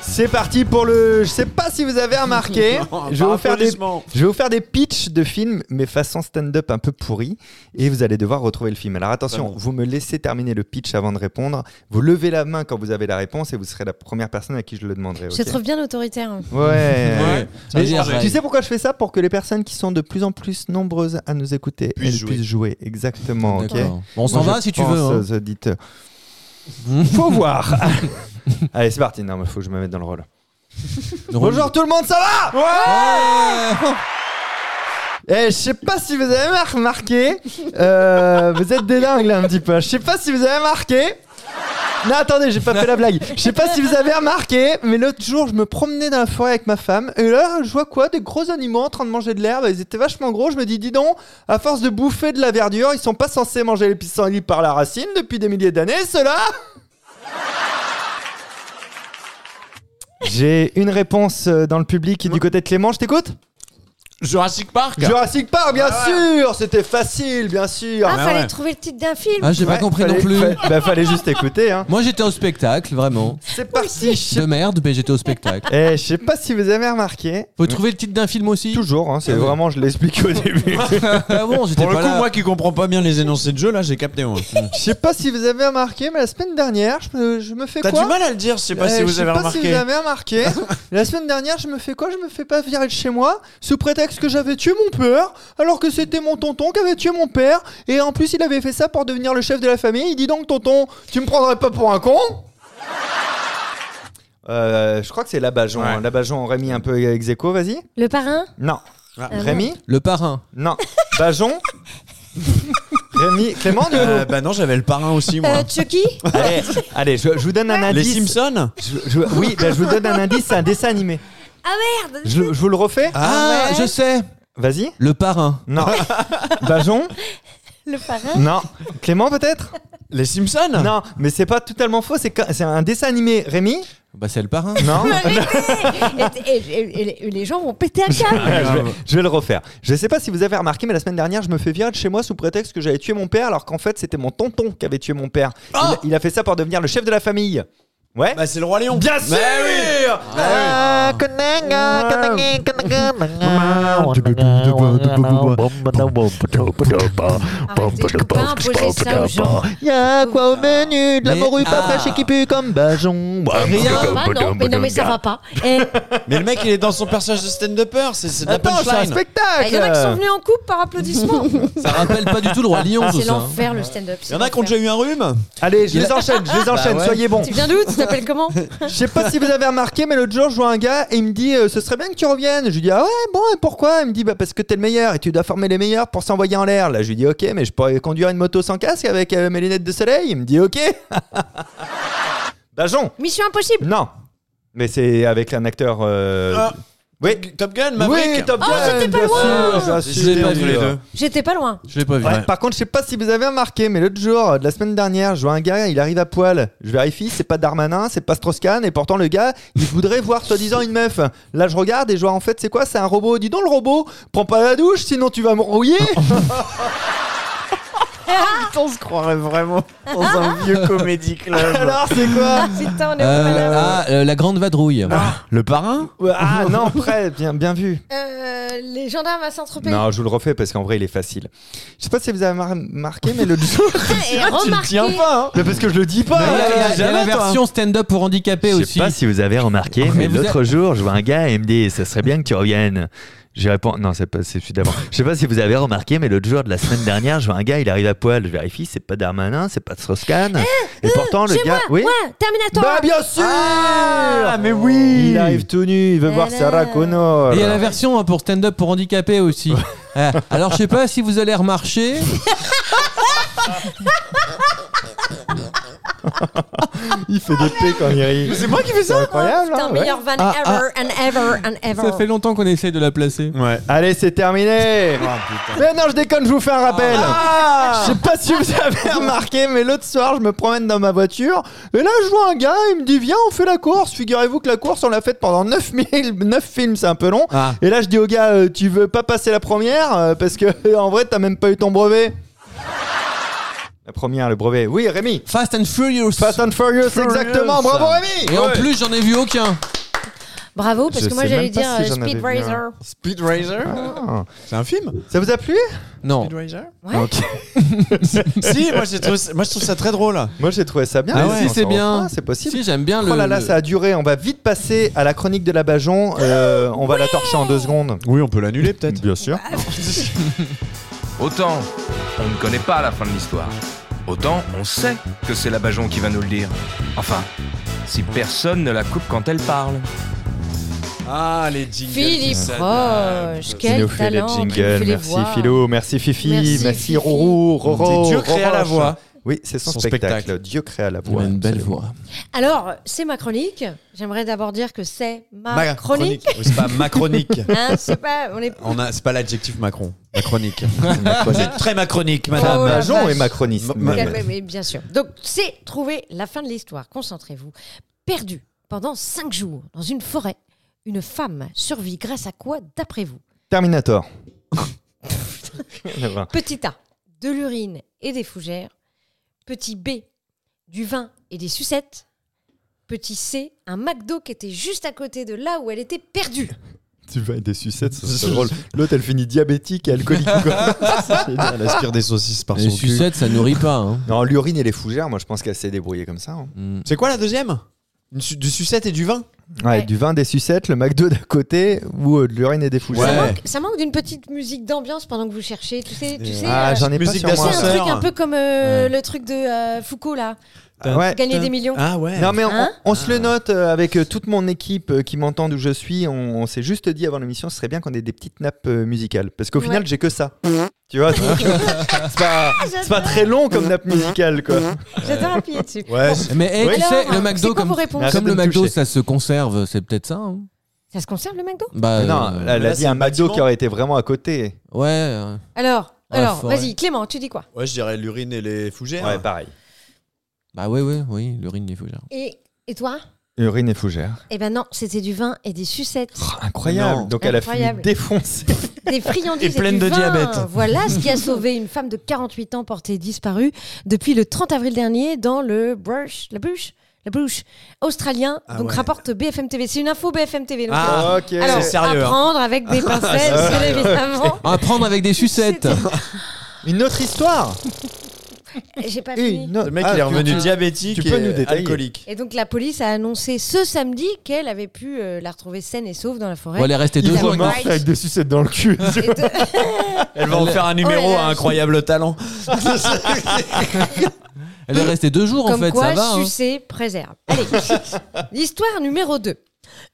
Speaker 2: c'est parti pour le je sais pas si vous avez remarqué.
Speaker 5: Ah,
Speaker 2: je
Speaker 4: Bah,
Speaker 2: vais vous faire des je vais vous faire des pitchs de films, mais façon stand-up un peu pourri, et vous allez devoir retrouver le film. Alors attention, vous me laissez terminer le pitch avant de répondre. Vous levez la main quand vous avez la réponse, et vous serez la première personne à qui je le demanderai.
Speaker 3: Je
Speaker 2: ok
Speaker 3: te trouve bien autoritaire.
Speaker 2: Ouais.
Speaker 4: Ça
Speaker 2: Mais
Speaker 4: veut dire,
Speaker 2: tu
Speaker 4: ouais.
Speaker 2: sais pourquoi je fais ça Pour que les personnes qui sont de plus en plus nombreuses à nous écouter
Speaker 5: Puissent
Speaker 2: elles
Speaker 5: jouer.
Speaker 2: puissent jouer. Exactement. ok
Speaker 4: D'accord. Bon, on s'en
Speaker 2: Moi,
Speaker 4: va
Speaker 2: je
Speaker 4: si tu
Speaker 2: pense
Speaker 4: veux. hein.
Speaker 2: aux auditeurs. Faut voir. Allez, c'est parti. Non, mais faut que je me mette dans le rôle.
Speaker 4: Donc,
Speaker 2: Bonjour tout le monde, ça va
Speaker 4: Ouais.
Speaker 2: Eh, je sais pas si vous avez remarqué, euh, vous êtes des dingues là un petit peu. Je sais pas si vous avez marqué. Non, attendez, j'ai pas fait la blague. Je sais pas si vous avez remarqué, mais l'autre jour, je me promenais dans la forêt avec ma femme, et là, je vois quoi Des gros animaux en train de manger de l'herbe. Ils étaient vachement gros. Je me dis, dis donc, à force de bouffer de la verdure, ils sont pas censés manger les pissenlits par la racine depuis des milliers d'années, ceux-là J'ai une réponse euh, dans le public du côté de Clément, je t'écoute
Speaker 5: Jurassic Park.
Speaker 2: Jurassic Park, bien
Speaker 5: Ah
Speaker 2: sûr, c'était facile, bien sûr.
Speaker 3: Ah,
Speaker 5: bah
Speaker 3: fallait
Speaker 5: ouais.
Speaker 3: trouver le titre d'un film.
Speaker 4: Ah, j'ai pas
Speaker 2: Ouais,
Speaker 4: compris
Speaker 2: fallait-
Speaker 4: non plus.
Speaker 2: fa- bah, fallait juste écouter. Hein.
Speaker 4: Moi, j'étais au spectacle, vraiment.
Speaker 2: C'est parti.
Speaker 4: De merde, mais j'étais au spectacle.
Speaker 2: Eh, je sais pas si vous avez remarqué.
Speaker 4: Faut trouver le titre d'un film aussi.
Speaker 2: Toujours, hein, c'est
Speaker 4: Ah ouais.
Speaker 2: vraiment, je l'explique au début.
Speaker 4: Ah bon, j'étais
Speaker 5: Pour le
Speaker 4: pas
Speaker 5: coup,
Speaker 4: là.
Speaker 5: moi qui comprends pas bien les énoncés de jeu, là, j'ai capté. moi.
Speaker 2: Je sais pas si vous avez remarqué, mais la semaine dernière, je me, je me fais
Speaker 5: T'as
Speaker 2: quoi
Speaker 5: du mal à le dire, je sais pas
Speaker 2: Euh,
Speaker 5: si
Speaker 2: je
Speaker 5: vous
Speaker 2: sais
Speaker 5: avez
Speaker 2: pas si vous
Speaker 5: remarqué.
Speaker 2: avez remarqué. la semaine dernière, je me fais quoi Je me fais pas virer de chez moi sous prétexte que j'avais tué mon père, alors que c'était mon tonton qui avait tué mon père, et en plus il avait fait ça pour devenir le chef de la famille. Il dit donc tonton, tu me prendrais pas pour un con euh, je crois que c'est Labajon.
Speaker 5: Ouais.
Speaker 2: Labajon, Rémi un peu ex aequo, vas-y.
Speaker 3: Le parrain
Speaker 2: Euh, Non.
Speaker 5: Ah.
Speaker 2: Rémi
Speaker 4: Le parrain.
Speaker 2: Non. Bajon Rémi Clément du coup
Speaker 5: Euh, bah non, j'avais le parrain aussi, moi.
Speaker 3: Euh, Chucky
Speaker 2: Allez, allez, je, je vous donne un
Speaker 5: les
Speaker 2: indice.
Speaker 5: Simpsons
Speaker 2: Je- je- oui, bah, je vous donne un indice, c'est un dessin animé.
Speaker 3: Ah merde
Speaker 2: Je, le- je vous le refais
Speaker 4: Ah,
Speaker 3: ouais.
Speaker 4: je sais.
Speaker 2: Vas-y.
Speaker 4: Le parrain.
Speaker 2: Non. Bajon
Speaker 3: Le parrain
Speaker 2: Non. Clément peut-être
Speaker 5: Les Simpsons
Speaker 2: Non, mais c'est pas totalement faux, c'est que- c'est un dessin animé. Rémi
Speaker 4: Bah, c'est le parrain.
Speaker 2: Non.
Speaker 3: Arrêtez et, et- et- et les gens vont péter un câble
Speaker 2: Ah, je, vais, je vais le refaire. Je sais pas si vous avez remarqué, mais la semaine dernière, je me fais virer de chez moi sous prétexte que
Speaker 3: Oh
Speaker 2: j'avais tué mon père, alors qu'en fait, c'était mon tonton qui avait tué mon père. Il- il, a fait ça pour devenir le chef de la famille. Ouais.
Speaker 5: Bah, c'est le Roi Lion.
Speaker 2: Bien sûr. Ah, Konanga, Konanga,
Speaker 3: Arrêtez, je peux pas imposer ça aux gens.
Speaker 2: Y'a quoi au menu De la
Speaker 4: Mais-
Speaker 2: morue pas
Speaker 4: Ah.
Speaker 2: fraîche et qui pue comme Bajon.
Speaker 3: Ça va, non, mais non, mais ça va pas. Eh,
Speaker 5: Mais le mec, il est dans son personnage de stand-upper. C'est c'est de la
Speaker 2: Attends, c'est un
Speaker 5: punchline.
Speaker 3: Ah, Il y en a qui sont
Speaker 2: spectacle
Speaker 3: venus en couple par applaudissement.
Speaker 4: Ça rappelle pas du tout le Roi Lion, tout
Speaker 3: Ah, C'est
Speaker 4: ça. hein.
Speaker 3: l'enfer le stand-up.
Speaker 5: Il y en a qui ont déjà eu un rhume.
Speaker 2: Allez, je les enchaîne, je les enchaîne,
Speaker 5: ouais.
Speaker 2: soyez bons.
Speaker 3: Bah Tu viens d'où Tu t'appelles comment
Speaker 2: Je sais pas si vous avez remarqué, mais l'autre jour, je vois un gars et il me dit euh, Ce serait bien que tu reviennes. Je lui dis Ah ouais, bon, et pourquoi Il me dit Bah, parce que t'es le meilleur et tu dois former les meilleurs pour s'envoyer en l'air. Là, je lui dis Ok, mais je pourrais conduire une moto sans casque avec euh, mes lunettes de soleil. Il me dit Ok. Bajon
Speaker 3: Mission impossible.
Speaker 2: Non. Mais c'est avec un acteur. euh,
Speaker 5: Ah,
Speaker 2: Oui.
Speaker 5: Top Gun, Maverick.
Speaker 2: Oui, Top
Speaker 4: Ah,
Speaker 3: Oh,
Speaker 2: Gun,
Speaker 3: c'était pas
Speaker 2: bien
Speaker 3: loin.
Speaker 2: sûr, bien
Speaker 4: Je l'ai
Speaker 2: sûr.
Speaker 4: pas vu, les deux.
Speaker 3: J'étais pas loin.
Speaker 4: Je l'ai pas vu.
Speaker 2: Ouais, Par contre, je sais pas si vous avez remarqué, mais l'autre jour, euh, de la semaine dernière, je vois un gars, il arrive à poil. Je vérifie, c'est pas Darmanin, c'est pas Strauss-Kahn, et pourtant le gars, il voudrait voir soi-disant une meuf. Là, je regarde et je vois en fait, c'est quoi C'est un robot. Dis donc, le robot, prends pas la douche, sinon tu vas me rouiller.
Speaker 7: On se croirait vraiment dans un vieux comédie club.
Speaker 2: Alors, c'est quoi
Speaker 3: Putain, on est
Speaker 4: Euh,
Speaker 3: au
Speaker 4: ah, euh, la grande vadrouille.
Speaker 5: Le parrain
Speaker 2: Ouais, Ah non, prêt, bien, bien vu.
Speaker 3: Euh, les gendarmes à Saint-Tropez.
Speaker 2: Non, je vous le refais parce qu'en vrai, il est facile. Je sais pas si vous avez mar- marqué, mais l'autre jour.
Speaker 3: Et remarquez,
Speaker 2: pas, hein Mais parce que je le dis
Speaker 5: Ah,
Speaker 2: pas
Speaker 4: Ah, Il y a- il y a-
Speaker 2: euh,
Speaker 4: il y a la version stand-up pour handicapés
Speaker 2: Je
Speaker 4: aussi.
Speaker 2: sais pas si vous avez remarqué, mais,
Speaker 4: Mais vous
Speaker 2: l'autre jour, je vois un gars et il me dit Ça serait bien que tu reviennes. Je réponds Non, c'est pas c'est celui d'avant. Je sais pas si vous avez remarqué, mais l'autre jour de la semaine dernière, je vois un gars, il arrive à poil. Je vérifie, c'est pas Darmanin, c'est pas Strauss-Kahn. et pourtant, le
Speaker 3: Ah, chez
Speaker 2: gars. oui
Speaker 3: ouais, Ah, Terminator.
Speaker 2: Bah, bien sûr Ah,
Speaker 7: mais oui
Speaker 2: Il arrive tout nu, il veut voir
Speaker 3: Voilà.
Speaker 2: Sarah Connor.
Speaker 4: Et il y a la version hein, pour stand-up pour handicapés aussi. Euh, Alors je sais pas si vous allez remarcher.
Speaker 2: Il fait des pets quand il rit. Ah, C'est moi qui fais ça C'est incroyable,
Speaker 3: Putain,
Speaker 2: hein, ouais.
Speaker 3: meilleur van
Speaker 4: Ah,
Speaker 3: ever and ever and ever.
Speaker 4: Ça fait longtemps qu'on essaye de la placer.
Speaker 5: Ouais.
Speaker 2: Allez, c'est terminé. mais non, je déconne, je vous fais un rappel. je sais pas si vous avez remarqué, mais l'autre soir, je me promène dans ma voiture et là, je vois un gars, il me dit "Viens, on fait la course." Figurez-vous que la course, on l'a faite pendant 9 000 9 films, c'est un peu long.
Speaker 5: Ah.
Speaker 2: Et là, je dis au gars, euh, "Tu veux pas passer la première euh, parce que en vrai, t'as même pas eu ton brevet." La première, le brevet. Oui, Rémi.
Speaker 4: Fast and Furious.
Speaker 2: Fast and Furious, exactement. Bravo, Rémi.
Speaker 4: Et en
Speaker 2: Ouais.
Speaker 4: plus j'en ai vu aucun.
Speaker 3: Bravo, parce
Speaker 2: Je
Speaker 3: que moi
Speaker 2: sais
Speaker 3: j'allais
Speaker 2: même pas
Speaker 3: dire
Speaker 2: si
Speaker 3: euh,
Speaker 2: j'en
Speaker 3: Speed
Speaker 2: avais vu
Speaker 3: Racer.
Speaker 5: Speed Racer
Speaker 2: Ah.
Speaker 5: C'est un film
Speaker 2: Ça vous a plu
Speaker 4: Non.
Speaker 5: Speed Racer
Speaker 3: Ouais.
Speaker 2: Ok.
Speaker 5: Si, moi, j'ai trouvé ça- moi je trouve ça très drôle.
Speaker 2: Moi, j'ai trouvé ça bien.
Speaker 4: Ah
Speaker 2: Mais
Speaker 4: ouais. Si,
Speaker 2: on
Speaker 4: c'est
Speaker 2: s'en
Speaker 4: bien.
Speaker 2: refera, C'est possible.
Speaker 4: Si j'aime bien le.
Speaker 2: Oh là là, ça a duré. On va vite passer à la chronique de la Bajon. Euh, on va la torcher en deux secondes.
Speaker 5: Oui, on peut l'annuler peut-être.
Speaker 2: Bien sûr.
Speaker 6: Autant on ne connaît pas la fin de l'histoire, autant on sait que c'est la Bajon qui va nous le dire. Enfin, si personne ne la coupe quand elle parle.
Speaker 5: Ah, les jingles.
Speaker 3: Philippe Roche,
Speaker 2: Il
Speaker 3: quel
Speaker 2: nous fait les
Speaker 3: talent. qui nous
Speaker 2: jingles.
Speaker 3: fait les
Speaker 2: Merci
Speaker 3: voix.
Speaker 2: Philo, merci Fifi, merci,
Speaker 3: Merci, Fifi.
Speaker 2: Rourou, Roro.
Speaker 5: Dieu créa la
Speaker 2: Roroche.
Speaker 5: voix.
Speaker 2: Oui, c'est son,
Speaker 5: Son
Speaker 2: spectacle.
Speaker 5: spectacle.
Speaker 2: Dieu créa la
Speaker 4: Il
Speaker 2: voix.
Speaker 4: a une belle
Speaker 2: absolument.
Speaker 4: voix.
Speaker 3: Alors, c'est ma chronique. J'aimerais d'abord dire que c'est ma,
Speaker 5: Ma
Speaker 3: chronique.
Speaker 5: Oui, c'est pas ma chronique.
Speaker 3: Hein, c'est pas, on est
Speaker 5: On a, c'est pas l'adjectif Macron. Ma chronique. Vous êtes très macronique,
Speaker 2: La
Speaker 5: madame.
Speaker 3: Oh, la
Speaker 2: Bajon
Speaker 3: vache.
Speaker 2: est macroniste.
Speaker 5: Ma-
Speaker 2: mais-
Speaker 3: Calme- mais bien sûr. Donc, c'est trouver la fin de l'histoire. Concentrez-vous. Perdu pendant cinq jours dans une forêt, une femme survit grâce à quoi, d'après vous
Speaker 2: Terminator. Rien à voir.
Speaker 3: Petit A, de l'urine et des fougères. Petit B, du vin et des sucettes. Petit C, un McDo qui était juste à côté de là où elle était perdue.
Speaker 2: tu vas être des sucettes, ça, c'est drôle. L'autre, elle finit diabétique et alcoolique. quoi. C'est génial.
Speaker 5: Elle aspire des saucisses par
Speaker 4: Les
Speaker 5: son cul.
Speaker 4: sucettes ça nourrit pas. hein.
Speaker 2: Non, l'urine et les fougères, moi je pense qu'elle s'est débrouillée comme ça. hein.
Speaker 4: Mm.
Speaker 5: C'est quoi la deuxième Une su- Du sucette et du vin
Speaker 2: Ouais,
Speaker 3: Ouais.
Speaker 2: Du vin, des sucettes, le McDo d'à côté ou euh, de l'urine et des fougères.
Speaker 3: Ça
Speaker 5: Ouais.
Speaker 3: manque, ça manque d'une petite musique d'ambiance pendant que vous cherchez. Tu sais, tu sais,
Speaker 2: Ah,
Speaker 3: euh,
Speaker 2: j'en ai pas
Speaker 5: Musique
Speaker 2: sur moi.
Speaker 3: c'est un truc
Speaker 5: danseur.
Speaker 3: un peu comme euh, le truc de euh, Foucault là,
Speaker 2: Ouais.
Speaker 3: gagner des millions.
Speaker 5: Ah ouais.
Speaker 2: Non mais on,
Speaker 3: Hein
Speaker 2: on se le note euh, avec euh, toute mon équipe euh, qui m'entend d'où je suis. On, on s'est juste dit avant l'émission, ce serait bien qu'on ait des petites nappes euh, musicales parce qu'au final
Speaker 3: Ouais. Ah,
Speaker 2: j'ai que ça. tu vois, c'est c'est pas, c'est pas très long comme nappe musicale quoi.
Speaker 3: J'adore appuyer dessus.
Speaker 2: Ouais.
Speaker 4: Mais hey,
Speaker 2: Oui.
Speaker 4: tu
Speaker 3: Alors,
Speaker 4: sais
Speaker 3: c'est
Speaker 4: le McDo
Speaker 3: quoi
Speaker 4: comme
Speaker 3: vos réponses
Speaker 2: Arrête
Speaker 4: comme
Speaker 2: de
Speaker 4: le
Speaker 2: me
Speaker 4: McDo
Speaker 2: toucher.
Speaker 4: ça se conserve c'est peut-être ça. hein.
Speaker 3: Ça se conserve le McDo
Speaker 4: Bah
Speaker 2: non,
Speaker 4: euh,
Speaker 2: elle
Speaker 5: là,
Speaker 2: a dit
Speaker 5: c'est
Speaker 2: un
Speaker 5: le bâtiment.
Speaker 2: McDo qui aurait été vraiment à côté.
Speaker 4: ouais. euh,
Speaker 3: Alors,
Speaker 4: Ah,
Speaker 3: alors,
Speaker 4: forêt.
Speaker 3: vas-y, Clément, tu dis quoi
Speaker 5: Ouais, je dirais l'urine et les fougères.
Speaker 2: Ouais, pareil.
Speaker 4: Bah ouais ouais oui l'urine des fougères.
Speaker 3: et, et toi
Speaker 2: Urine et fougère.
Speaker 3: Eh ben non, c'était du vin et des sucettes,
Speaker 2: incroyable.
Speaker 5: Non.
Speaker 2: Donc elle a fini
Speaker 3: Incroyable.
Speaker 2: défoncée.
Speaker 3: des friandises
Speaker 5: Oh, Et pleine
Speaker 3: du
Speaker 5: de
Speaker 3: vin.
Speaker 5: diabète.
Speaker 3: Voilà ce qui a sauvé une femme de 48 ans portée disparue depuis le 30 avril dernier dans le brush, la bûche, la la peluche, australien,
Speaker 5: Ah
Speaker 3: donc
Speaker 5: ouais.
Speaker 3: rapporte BFM TV. C'est une info BFM TV. donc,
Speaker 5: Ah,
Speaker 2: ok.
Speaker 3: euh, alors,
Speaker 5: c'est sérieux, hein.
Speaker 3: à prendre avec des pincettes, bien évidemment.
Speaker 4: À prendre avec des sucettes.
Speaker 2: Une autre histoire.
Speaker 3: J'ai pas fini.
Speaker 2: Une autre.
Speaker 5: Le mec,
Speaker 2: Ah,
Speaker 5: il est
Speaker 2: tu-
Speaker 5: revenu
Speaker 2: tu-
Speaker 5: diabétique
Speaker 2: tu peux
Speaker 5: et
Speaker 2: nous détailler.
Speaker 5: alcoolique.
Speaker 3: Et donc la police a annoncé ce samedi qu'elle avait pu euh, la retrouver saine et sauve dans la forêt.
Speaker 4: Bon, elle est restée deux
Speaker 3: Il
Speaker 4: jours.
Speaker 3: a-
Speaker 4: avec
Speaker 2: Ivromorphe avec des sucettes dans le cul.
Speaker 3: Et de-
Speaker 5: Elle va en faire un numéro
Speaker 3: Oh là
Speaker 5: à
Speaker 3: là.
Speaker 5: incroyable talent.
Speaker 4: nous. Elle est restée deux jours en
Speaker 3: Comme
Speaker 4: fait,
Speaker 3: quoi,
Speaker 4: ça va. hein.
Speaker 3: sucer préserve. Allez, l'histoire numéro 2.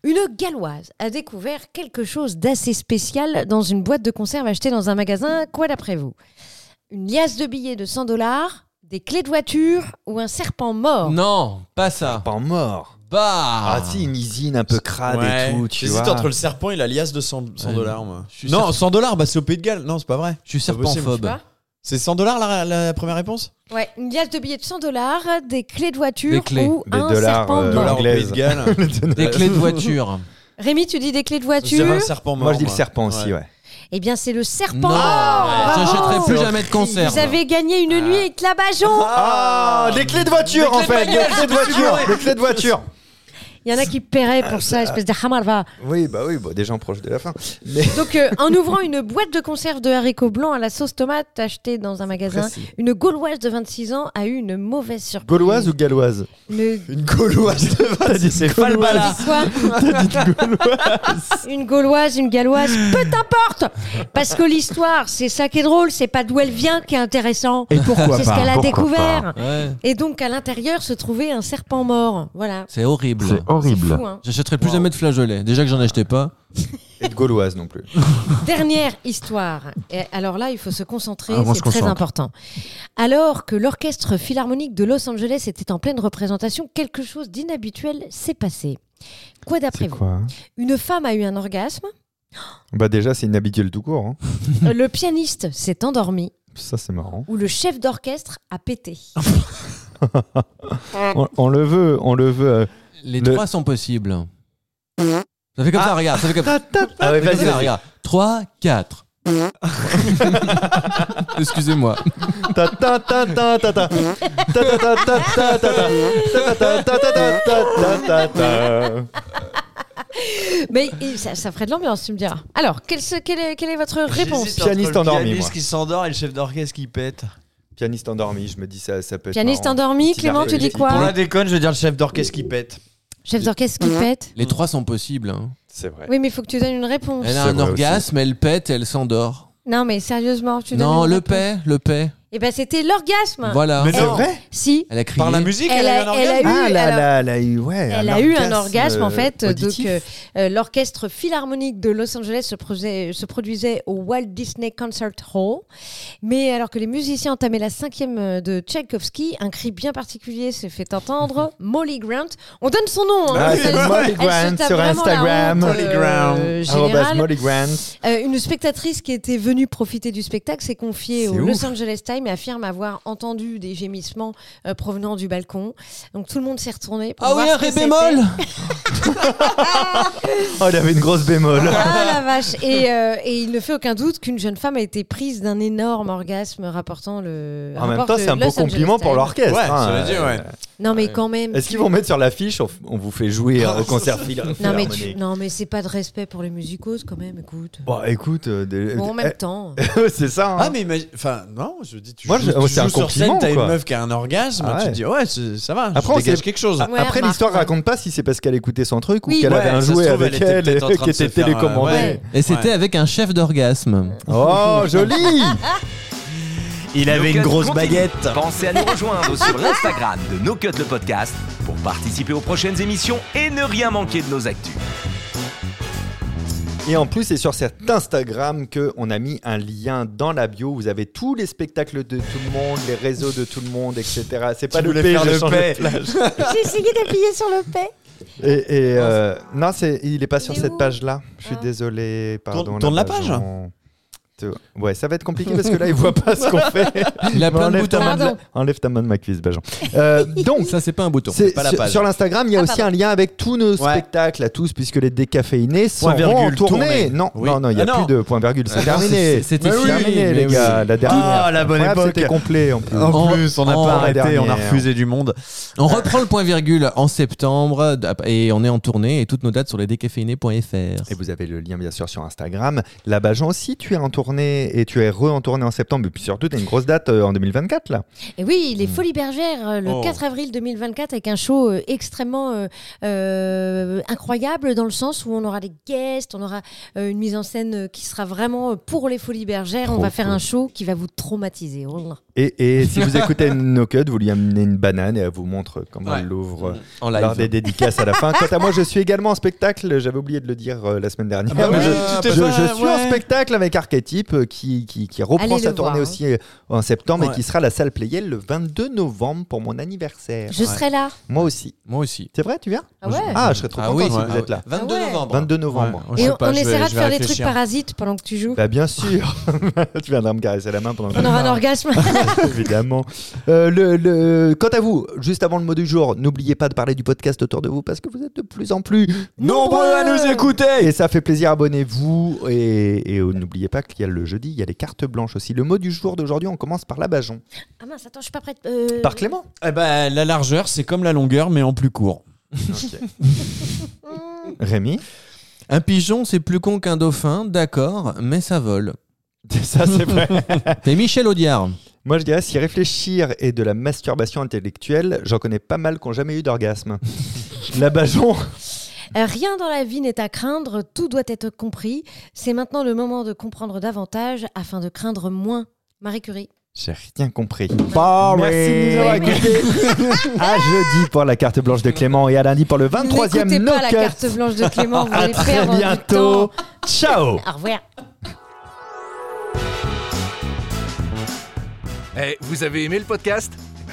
Speaker 3: Une galloise a découvert quelque chose d'assez spécial dans une boîte de conserve achetée dans un magasin. Quoi d'après vous Une liasse de billets de 100 dollars, des clés de voiture ou un serpent mort
Speaker 4: Non, pas ça.
Speaker 2: Pas mort.
Speaker 4: Bah.
Speaker 2: Ah, si, une usine un peu crade
Speaker 5: Ouais.
Speaker 2: et tout. Tu
Speaker 5: J'hésite
Speaker 2: vois.
Speaker 5: entre le serpent et la liasse de 100, 100
Speaker 4: Ouais.
Speaker 5: dollars, moi.
Speaker 4: Je suis
Speaker 5: Non,
Speaker 4: sûr-
Speaker 5: 100 dollars, bah, c'est au Pays de Galles. Non, c'est pas vrai.
Speaker 4: Je suis
Speaker 5: Pas possible.
Speaker 4: serpentphobe.
Speaker 3: Tu
Speaker 5: C'est 100 dollars la, la première réponse
Speaker 3: Ouais, une liasse de billets de 100 dollars, des clés de
Speaker 4: Des
Speaker 3: voiture
Speaker 4: clés.
Speaker 3: ou
Speaker 2: Des
Speaker 3: un
Speaker 2: dollars,
Speaker 3: serpent
Speaker 2: euh,
Speaker 5: Dollars
Speaker 3: mort.
Speaker 5: au
Speaker 2: Anglaise.
Speaker 5: Pays de Galles.
Speaker 4: Des clés de voiture.
Speaker 3: Rémi, tu dis des clés de
Speaker 5: C'est
Speaker 3: voiture
Speaker 5: un serpent mort.
Speaker 2: Moi, je dis le serpent aussi, ouais.
Speaker 3: Eh bien, c'est le serpent
Speaker 4: Non.
Speaker 3: mort
Speaker 4: J'achèterai plus
Speaker 3: Bravo.
Speaker 4: jamais Ah. de concert.
Speaker 3: Vous avez gagné une nuit avec Labajon
Speaker 2: Ah, des clés de voiture en fait, des clés de voiture, des clés de voiture.
Speaker 3: Il y en a qui paieraient pour ça, espèce de hamalva.
Speaker 2: Oui, bah oui, bah, des gens proches de la fin. Mais
Speaker 3: Donc, euh, en ouvrant une boîte de conserve de haricots blancs à la sauce tomate achetée dans un magasin,
Speaker 2: Précis.
Speaker 3: une Gauloise de 26 ans a eu une mauvaise surprise.
Speaker 2: gauloise ou galloise
Speaker 3: Une-
Speaker 5: Une gauloise de
Speaker 2: T'as dit c'est
Speaker 5: Falbala.
Speaker 3: Quoi Une Gauloise, une Galloise, peu importe Parce que l'histoire, c'est ça qui est drôle, c'est pas d'où elle vient qui est intéressant.
Speaker 2: Et pourquoi
Speaker 3: C'est ce qu'elle a
Speaker 2: Pourquoi
Speaker 3: découvert.
Speaker 4: Ouais.
Speaker 3: Et donc, à l'intérieur se trouvait un serpent mort. Voilà.
Speaker 4: C'est horrible.
Speaker 3: Horrible. Fou, hein.
Speaker 4: J'achèterai plus jamais de flageolets. Déjà que j'en achetais pas.
Speaker 2: Et de gauloise non plus.
Speaker 3: Dernière histoire. Et alors là, il faut se concentrer, c'est très important. Alors que l'orchestre philharmonique de Los Angeles était en pleine représentation, quelque chose d'inhabituel s'est passé. Quoi d'après vous
Speaker 2: quoi
Speaker 3: Une femme a eu un orgasme,
Speaker 2: Bah déjà, c'est inhabituel tout court. hein.
Speaker 3: le pianiste s'est endormi
Speaker 2: Ça, c'est marrant.
Speaker 3: ou le chef d'orchestre a pété.
Speaker 2: On, on le veut, on le veut. euh.
Speaker 4: Les
Speaker 2: Le-
Speaker 4: trois sont possibles. Ça fait comme ça, regarde. Ça fait comme ça.
Speaker 2: Ah ouais,
Speaker 4: Ça fait
Speaker 2: vas-y,
Speaker 4: comme ça,
Speaker 2: vas-y.
Speaker 4: regarde. 3, 4. Excusez-moi.
Speaker 2: Ta ta ta ta ta ta. Ta ta ta ta ta ta ta. Ta ta ta ta ta ta ta ta ta.
Speaker 3: Mais et ça, ça ferait de l'ambiance, tu me diras. Alors, quelle, se- quelle est, quelle est votre réponse
Speaker 2: Pianiste endormi,
Speaker 5: Le
Speaker 2: moi.
Speaker 5: pianiste qui s'endort et le chef d'orchestre qui pète.
Speaker 2: Pianiste endormi, je me dis ça, ça peut être
Speaker 3: Pianiste
Speaker 2: marrant.
Speaker 3: endormi,
Speaker 2: Petit
Speaker 3: Clément, tu
Speaker 2: archétype.
Speaker 3: dis
Speaker 5: Pour la
Speaker 3: quoi
Speaker 5: déconne, je veux dire le chef d'orchestre qui pète.
Speaker 3: Chef d'orchestre qui pète
Speaker 4: Les trois sont possibles. hein.
Speaker 2: C'est vrai.
Speaker 3: Oui, mais il faut que tu donnes une réponse.
Speaker 4: Elle
Speaker 2: C'est
Speaker 4: a un
Speaker 2: vrai
Speaker 4: orgasme, elle pète, elle s'endort.
Speaker 3: Non, mais sérieusement, tu donnes
Speaker 4: Non,
Speaker 3: une
Speaker 4: le
Speaker 3: réponse.
Speaker 4: paix, le paix.
Speaker 3: Eh ben, c'était l'orgasme.
Speaker 4: Voilà.
Speaker 3: c'est Alors,
Speaker 2: vrai
Speaker 3: Si.
Speaker 4: Ah. Elle a crié.
Speaker 5: Par la musique,
Speaker 3: Elle
Speaker 5: elle,
Speaker 3: a-
Speaker 5: a eu un
Speaker 3: elle a
Speaker 5: orgasme
Speaker 2: Ah,
Speaker 3: eu,
Speaker 2: là,
Speaker 3: alors-
Speaker 2: là, elle a eu, ouais.
Speaker 3: Elle a eu un orgasme en fait. euh,
Speaker 2: auditif.
Speaker 3: Donc, euh, euh, l'orchestre philharmonique de Los Angeles se, produisait- se produisait au Walt Disney Concert Hall. Mais alors que les musiciens entamaient la cinquième euh, de Tchaïkovski, un cri bien particulier s'est fait entendre. Molly Grant. On donne son nom. hein,
Speaker 2: Ah,
Speaker 3: parce
Speaker 2: c'est
Speaker 3: qu'elle-
Speaker 2: Molly
Speaker 3: elle se
Speaker 2: Grant
Speaker 3: tape
Speaker 2: sur
Speaker 3: vraiment la
Speaker 2: Instagram.
Speaker 3: honte,
Speaker 2: Molly
Speaker 3: euh,
Speaker 2: Arrobas
Speaker 3: générale.
Speaker 2: Molly Grant.
Speaker 3: Euh, une spectatrice qui était venue profiter du spectacle s'est confiée
Speaker 2: C'est
Speaker 3: au
Speaker 2: ouf.
Speaker 3: Los Angeles Times et affirme avoir entendu des gémissements euh, provenant du balcon. Donc tout le monde s'est retourné. Pour
Speaker 4: Ah
Speaker 3: voir
Speaker 4: oui, un
Speaker 3: ce que
Speaker 4: ré
Speaker 3: c'était.
Speaker 4: bémol
Speaker 2: Oh, il avait une grosse bémol.
Speaker 3: Ah la vache Et, euh, et il ne fait aucun doute qu'une jeune femme a été prise d'un énorme orgasme rapportant le.
Speaker 2: En même
Speaker 3: rapporte
Speaker 2: temps, c'est
Speaker 5: euh,
Speaker 2: un
Speaker 3: le
Speaker 2: beau
Speaker 3: Los Angeles
Speaker 2: compliment pour
Speaker 3: Times.
Speaker 2: l'orchestre.
Speaker 5: Ouais,
Speaker 2: hein.
Speaker 5: ça veut dire, ouais.
Speaker 3: Non mais quand même.
Speaker 2: Est-ce qu'ils vont mettre sur l'affiche on, on vous fait jouer euh, au concert phil-
Speaker 3: Non mais,
Speaker 2: philharmonique
Speaker 3: tu- non mais c'est pas de respect pour les musicos quand même. Écoute.
Speaker 2: Bon, écoute, euh, des-
Speaker 3: Bon, en même
Speaker 2: eh,
Speaker 3: temps.
Speaker 2: c'est ça. hein.
Speaker 5: Ah mais imagine- enfin non, je dis tu
Speaker 2: Moi,
Speaker 5: joues,
Speaker 2: je-
Speaker 5: tu
Speaker 2: oh, c'est
Speaker 5: joues
Speaker 2: un
Speaker 5: sur
Speaker 2: compliment,
Speaker 5: scène, t'as
Speaker 2: quoi.
Speaker 5: une meuf qui a un orgasme,
Speaker 2: Ah
Speaker 5: tu
Speaker 2: ouais.
Speaker 5: te dis ouais c'est- ça va,
Speaker 2: Après,
Speaker 5: Après,
Speaker 2: on
Speaker 5: je dégage
Speaker 2: sait-
Speaker 5: quelque chose.
Speaker 2: A-
Speaker 3: Ouais,
Speaker 2: Après,
Speaker 3: remarque,
Speaker 2: l'histoire
Speaker 3: ouais.
Speaker 2: raconte pas si c'est parce qu'elle écoutait son truc
Speaker 3: Oui.
Speaker 2: ou qu'elle
Speaker 5: Ouais,
Speaker 2: avait un
Speaker 5: ça se
Speaker 2: jouet
Speaker 5: trouve,
Speaker 2: avec
Speaker 5: elle était
Speaker 2: elle,
Speaker 5: peut-être en
Speaker 2: et
Speaker 5: train
Speaker 2: qui
Speaker 5: de
Speaker 2: était
Speaker 5: se faire, euh,
Speaker 2: télécommandée.
Speaker 5: ouais.
Speaker 4: Et c'était
Speaker 5: Ouais.
Speaker 4: avec un chef d'orgasme.
Speaker 2: Oh, joli
Speaker 5: Il
Speaker 6: No Cut continue. Pensez à nous rejoindre sur l'Instagram de No Cut le podcast pour participer aux prochaines émissions et ne rien manquer de nos actus.
Speaker 2: Et en plus, c'est sur cet Instagram qu'on a mis un lien dans la bio. Vous avez tous les spectacles de tout le monde, les réseaux de tout le monde, etc. C'est pas le
Speaker 5: voulais
Speaker 2: P, E.
Speaker 5: faire
Speaker 2: je
Speaker 5: le
Speaker 2: change
Speaker 5: P.
Speaker 2: de plage.
Speaker 3: J'ai essayé d'appuyer sur le paix.
Speaker 2: Et, et, euh, non, c'est, il est pas sur
Speaker 3: Il est
Speaker 2: cette
Speaker 3: où
Speaker 2: page-là. Je suis
Speaker 3: Ah.
Speaker 2: désolé. Pardon.
Speaker 5: tourne la page.
Speaker 2: on- Tu vois. Ouais, ça va être compliqué parce que là, ils voient pas ce qu'on fait.
Speaker 4: Il a
Speaker 2: Mais
Speaker 4: plein de
Speaker 2: enlève ta
Speaker 4: boutons.
Speaker 2: main de la-
Speaker 3: Pardon.
Speaker 2: enlève ta main de ma cuisse, Bajan. Euh, donc,
Speaker 4: Ça, c'est pas un bouton.
Speaker 2: c'est-
Speaker 5: pas la
Speaker 2: sur-
Speaker 5: page.
Speaker 2: sur l'Instagram, il y a
Speaker 3: Ah,
Speaker 2: aussi
Speaker 3: pardon.
Speaker 2: un lien avec tous nos
Speaker 5: Ouais.
Speaker 2: spectacles à tous, puisque les décaféinés sont
Speaker 5: Point
Speaker 2: en
Speaker 5: virgule,
Speaker 2: tournée.
Speaker 5: tournée.
Speaker 2: Non,
Speaker 5: Oui.
Speaker 2: non, non, il n'y a
Speaker 5: Ah,
Speaker 2: plus
Speaker 5: non.
Speaker 2: de point virgule. C'est
Speaker 4: Ah, non,
Speaker 2: terminé.
Speaker 4: c'est- c'était
Speaker 2: Mais oui,
Speaker 4: terminé,
Speaker 2: les
Speaker 4: mais
Speaker 2: gars. La dernière.
Speaker 5: Ah, la bonne
Speaker 2: Ouais,
Speaker 5: époque. Oh.
Speaker 2: C'était complet en plus.
Speaker 5: En
Speaker 4: En-
Speaker 5: plus, on n'a
Speaker 4: en-
Speaker 5: pas arrêté,
Speaker 2: dernière.
Speaker 5: on a refusé du monde.
Speaker 4: On reprend le point virgule en septembre et on est en tournée et toutes nos dates sur les décaféinés.fr.
Speaker 2: Et vous avez le lien bien sûr sur Instagram. Là, Bajan, si tu es en tournée et tu es re en tournée en septembre, et puis surtout, tu as une grosse date euh, en 2024 là.
Speaker 3: Et oui, les Folies Bergères, euh, le
Speaker 5: Oh.
Speaker 3: 4 avril 2024, avec un show euh, extrêmement euh, euh, incroyable, dans le sens où on aura des guests, on aura euh, une mise en scène euh, qui sera vraiment euh, pour les Folies Bergères. on
Speaker 2: Trop
Speaker 3: va faire
Speaker 2: cool.
Speaker 3: un show qui va vous traumatiser. Oh là.
Speaker 2: Et, et si vous écoutez No Cut, vous lui amenez une banane et elle vous montre comment
Speaker 4: Ouais.
Speaker 2: elle l'ouvre
Speaker 4: En
Speaker 2: euh, lors des
Speaker 4: live.
Speaker 2: dédicaces à la fin. Quant à moi, je suis également en spectacle, j'avais oublié de le dire euh, la semaine dernière.
Speaker 5: Ah bah
Speaker 2: mais
Speaker 5: oui,
Speaker 2: je,
Speaker 5: tout est
Speaker 2: je-
Speaker 5: pas-
Speaker 2: je suis en
Speaker 5: ouais.
Speaker 2: spectacle avec Archetype euh, qui, qui, qui reprend
Speaker 3: Allez
Speaker 2: sa
Speaker 3: le
Speaker 2: tournée
Speaker 3: voir, hein.
Speaker 2: aussi euh, en septembre et
Speaker 5: Ouais.
Speaker 2: qui sera à la salle Playel le 22 novembre pour mon anniversaire.
Speaker 3: Je serai là.
Speaker 2: Moi aussi.
Speaker 4: Moi aussi.
Speaker 2: C'est vrai, tu viens
Speaker 3: Ah ouais.
Speaker 2: Ah, je serais trop content si
Speaker 4: ouais.
Speaker 2: vous êtes là.
Speaker 4: 22
Speaker 3: Ah ouais.
Speaker 4: novembre.
Speaker 2: 22 novembre.
Speaker 5: Ouais. Je
Speaker 3: Et
Speaker 5: sais
Speaker 3: on,
Speaker 5: pas,
Speaker 3: on
Speaker 5: je vais-
Speaker 3: essaiera
Speaker 5: je
Speaker 3: de
Speaker 5: vais
Speaker 3: faire des trucs
Speaker 5: réfléchir.
Speaker 3: parasites pendant que tu joues.
Speaker 2: Bah bien sûr, tu viendras me caresser la main pendant que
Speaker 3: on aura un orgasme.
Speaker 2: Évidemment. Euh, le, le- Quant à vous, juste avant le mot du jour, n'oubliez pas de parler du podcast autour de vous parce que vous êtes de plus en plus nombreux à nous écouter. Et ça fait plaisir, abonnez-vous. Et, et, euh, n'oubliez pas qu'il y a le jeudi, il y a les cartes blanches aussi. Le mot du jour d'aujourd'hui, on commence par la Bajon.
Speaker 3: ah mince, attends, je suis pas prête. Euh,
Speaker 2: Par Clément.
Speaker 5: Eh ben, la largeur, c'est comme la longueur, mais en plus court.
Speaker 2: Rémi.
Speaker 4: Un pigeon, c'est plus con qu'un dauphin, d'accord, mais ça vole.
Speaker 2: Ça, c'est vrai.
Speaker 4: C'est Michel Audiard.
Speaker 2: Moi, je dirais, si réfléchir est de la masturbation intellectuelle, j'en connais pas mal qui n'ont jamais eu d'orgasme. la Bajon.
Speaker 3: Euh, Rien dans la vie n'est à craindre, tout doit être compris. C'est maintenant le moment de comprendre davantage afin de craindre moins. Marie Curie.
Speaker 2: J'ai rien compris. Merci de nous avoir
Speaker 3: Boring.
Speaker 2: écoutés. à Bah Ah, jeudi pour la carte blanche de Clément et à lundi pour le 23e
Speaker 3: N'écoutez
Speaker 2: No
Speaker 3: pas la
Speaker 2: Cut.
Speaker 3: carte blanche de Clément, vous
Speaker 2: À
Speaker 3: allez
Speaker 2: très
Speaker 3: perdre du
Speaker 2: bientôt.
Speaker 3: temps.
Speaker 2: Ciao.
Speaker 3: Au revoir.
Speaker 1: Eh, vous avez aimé le podcast Eh ben,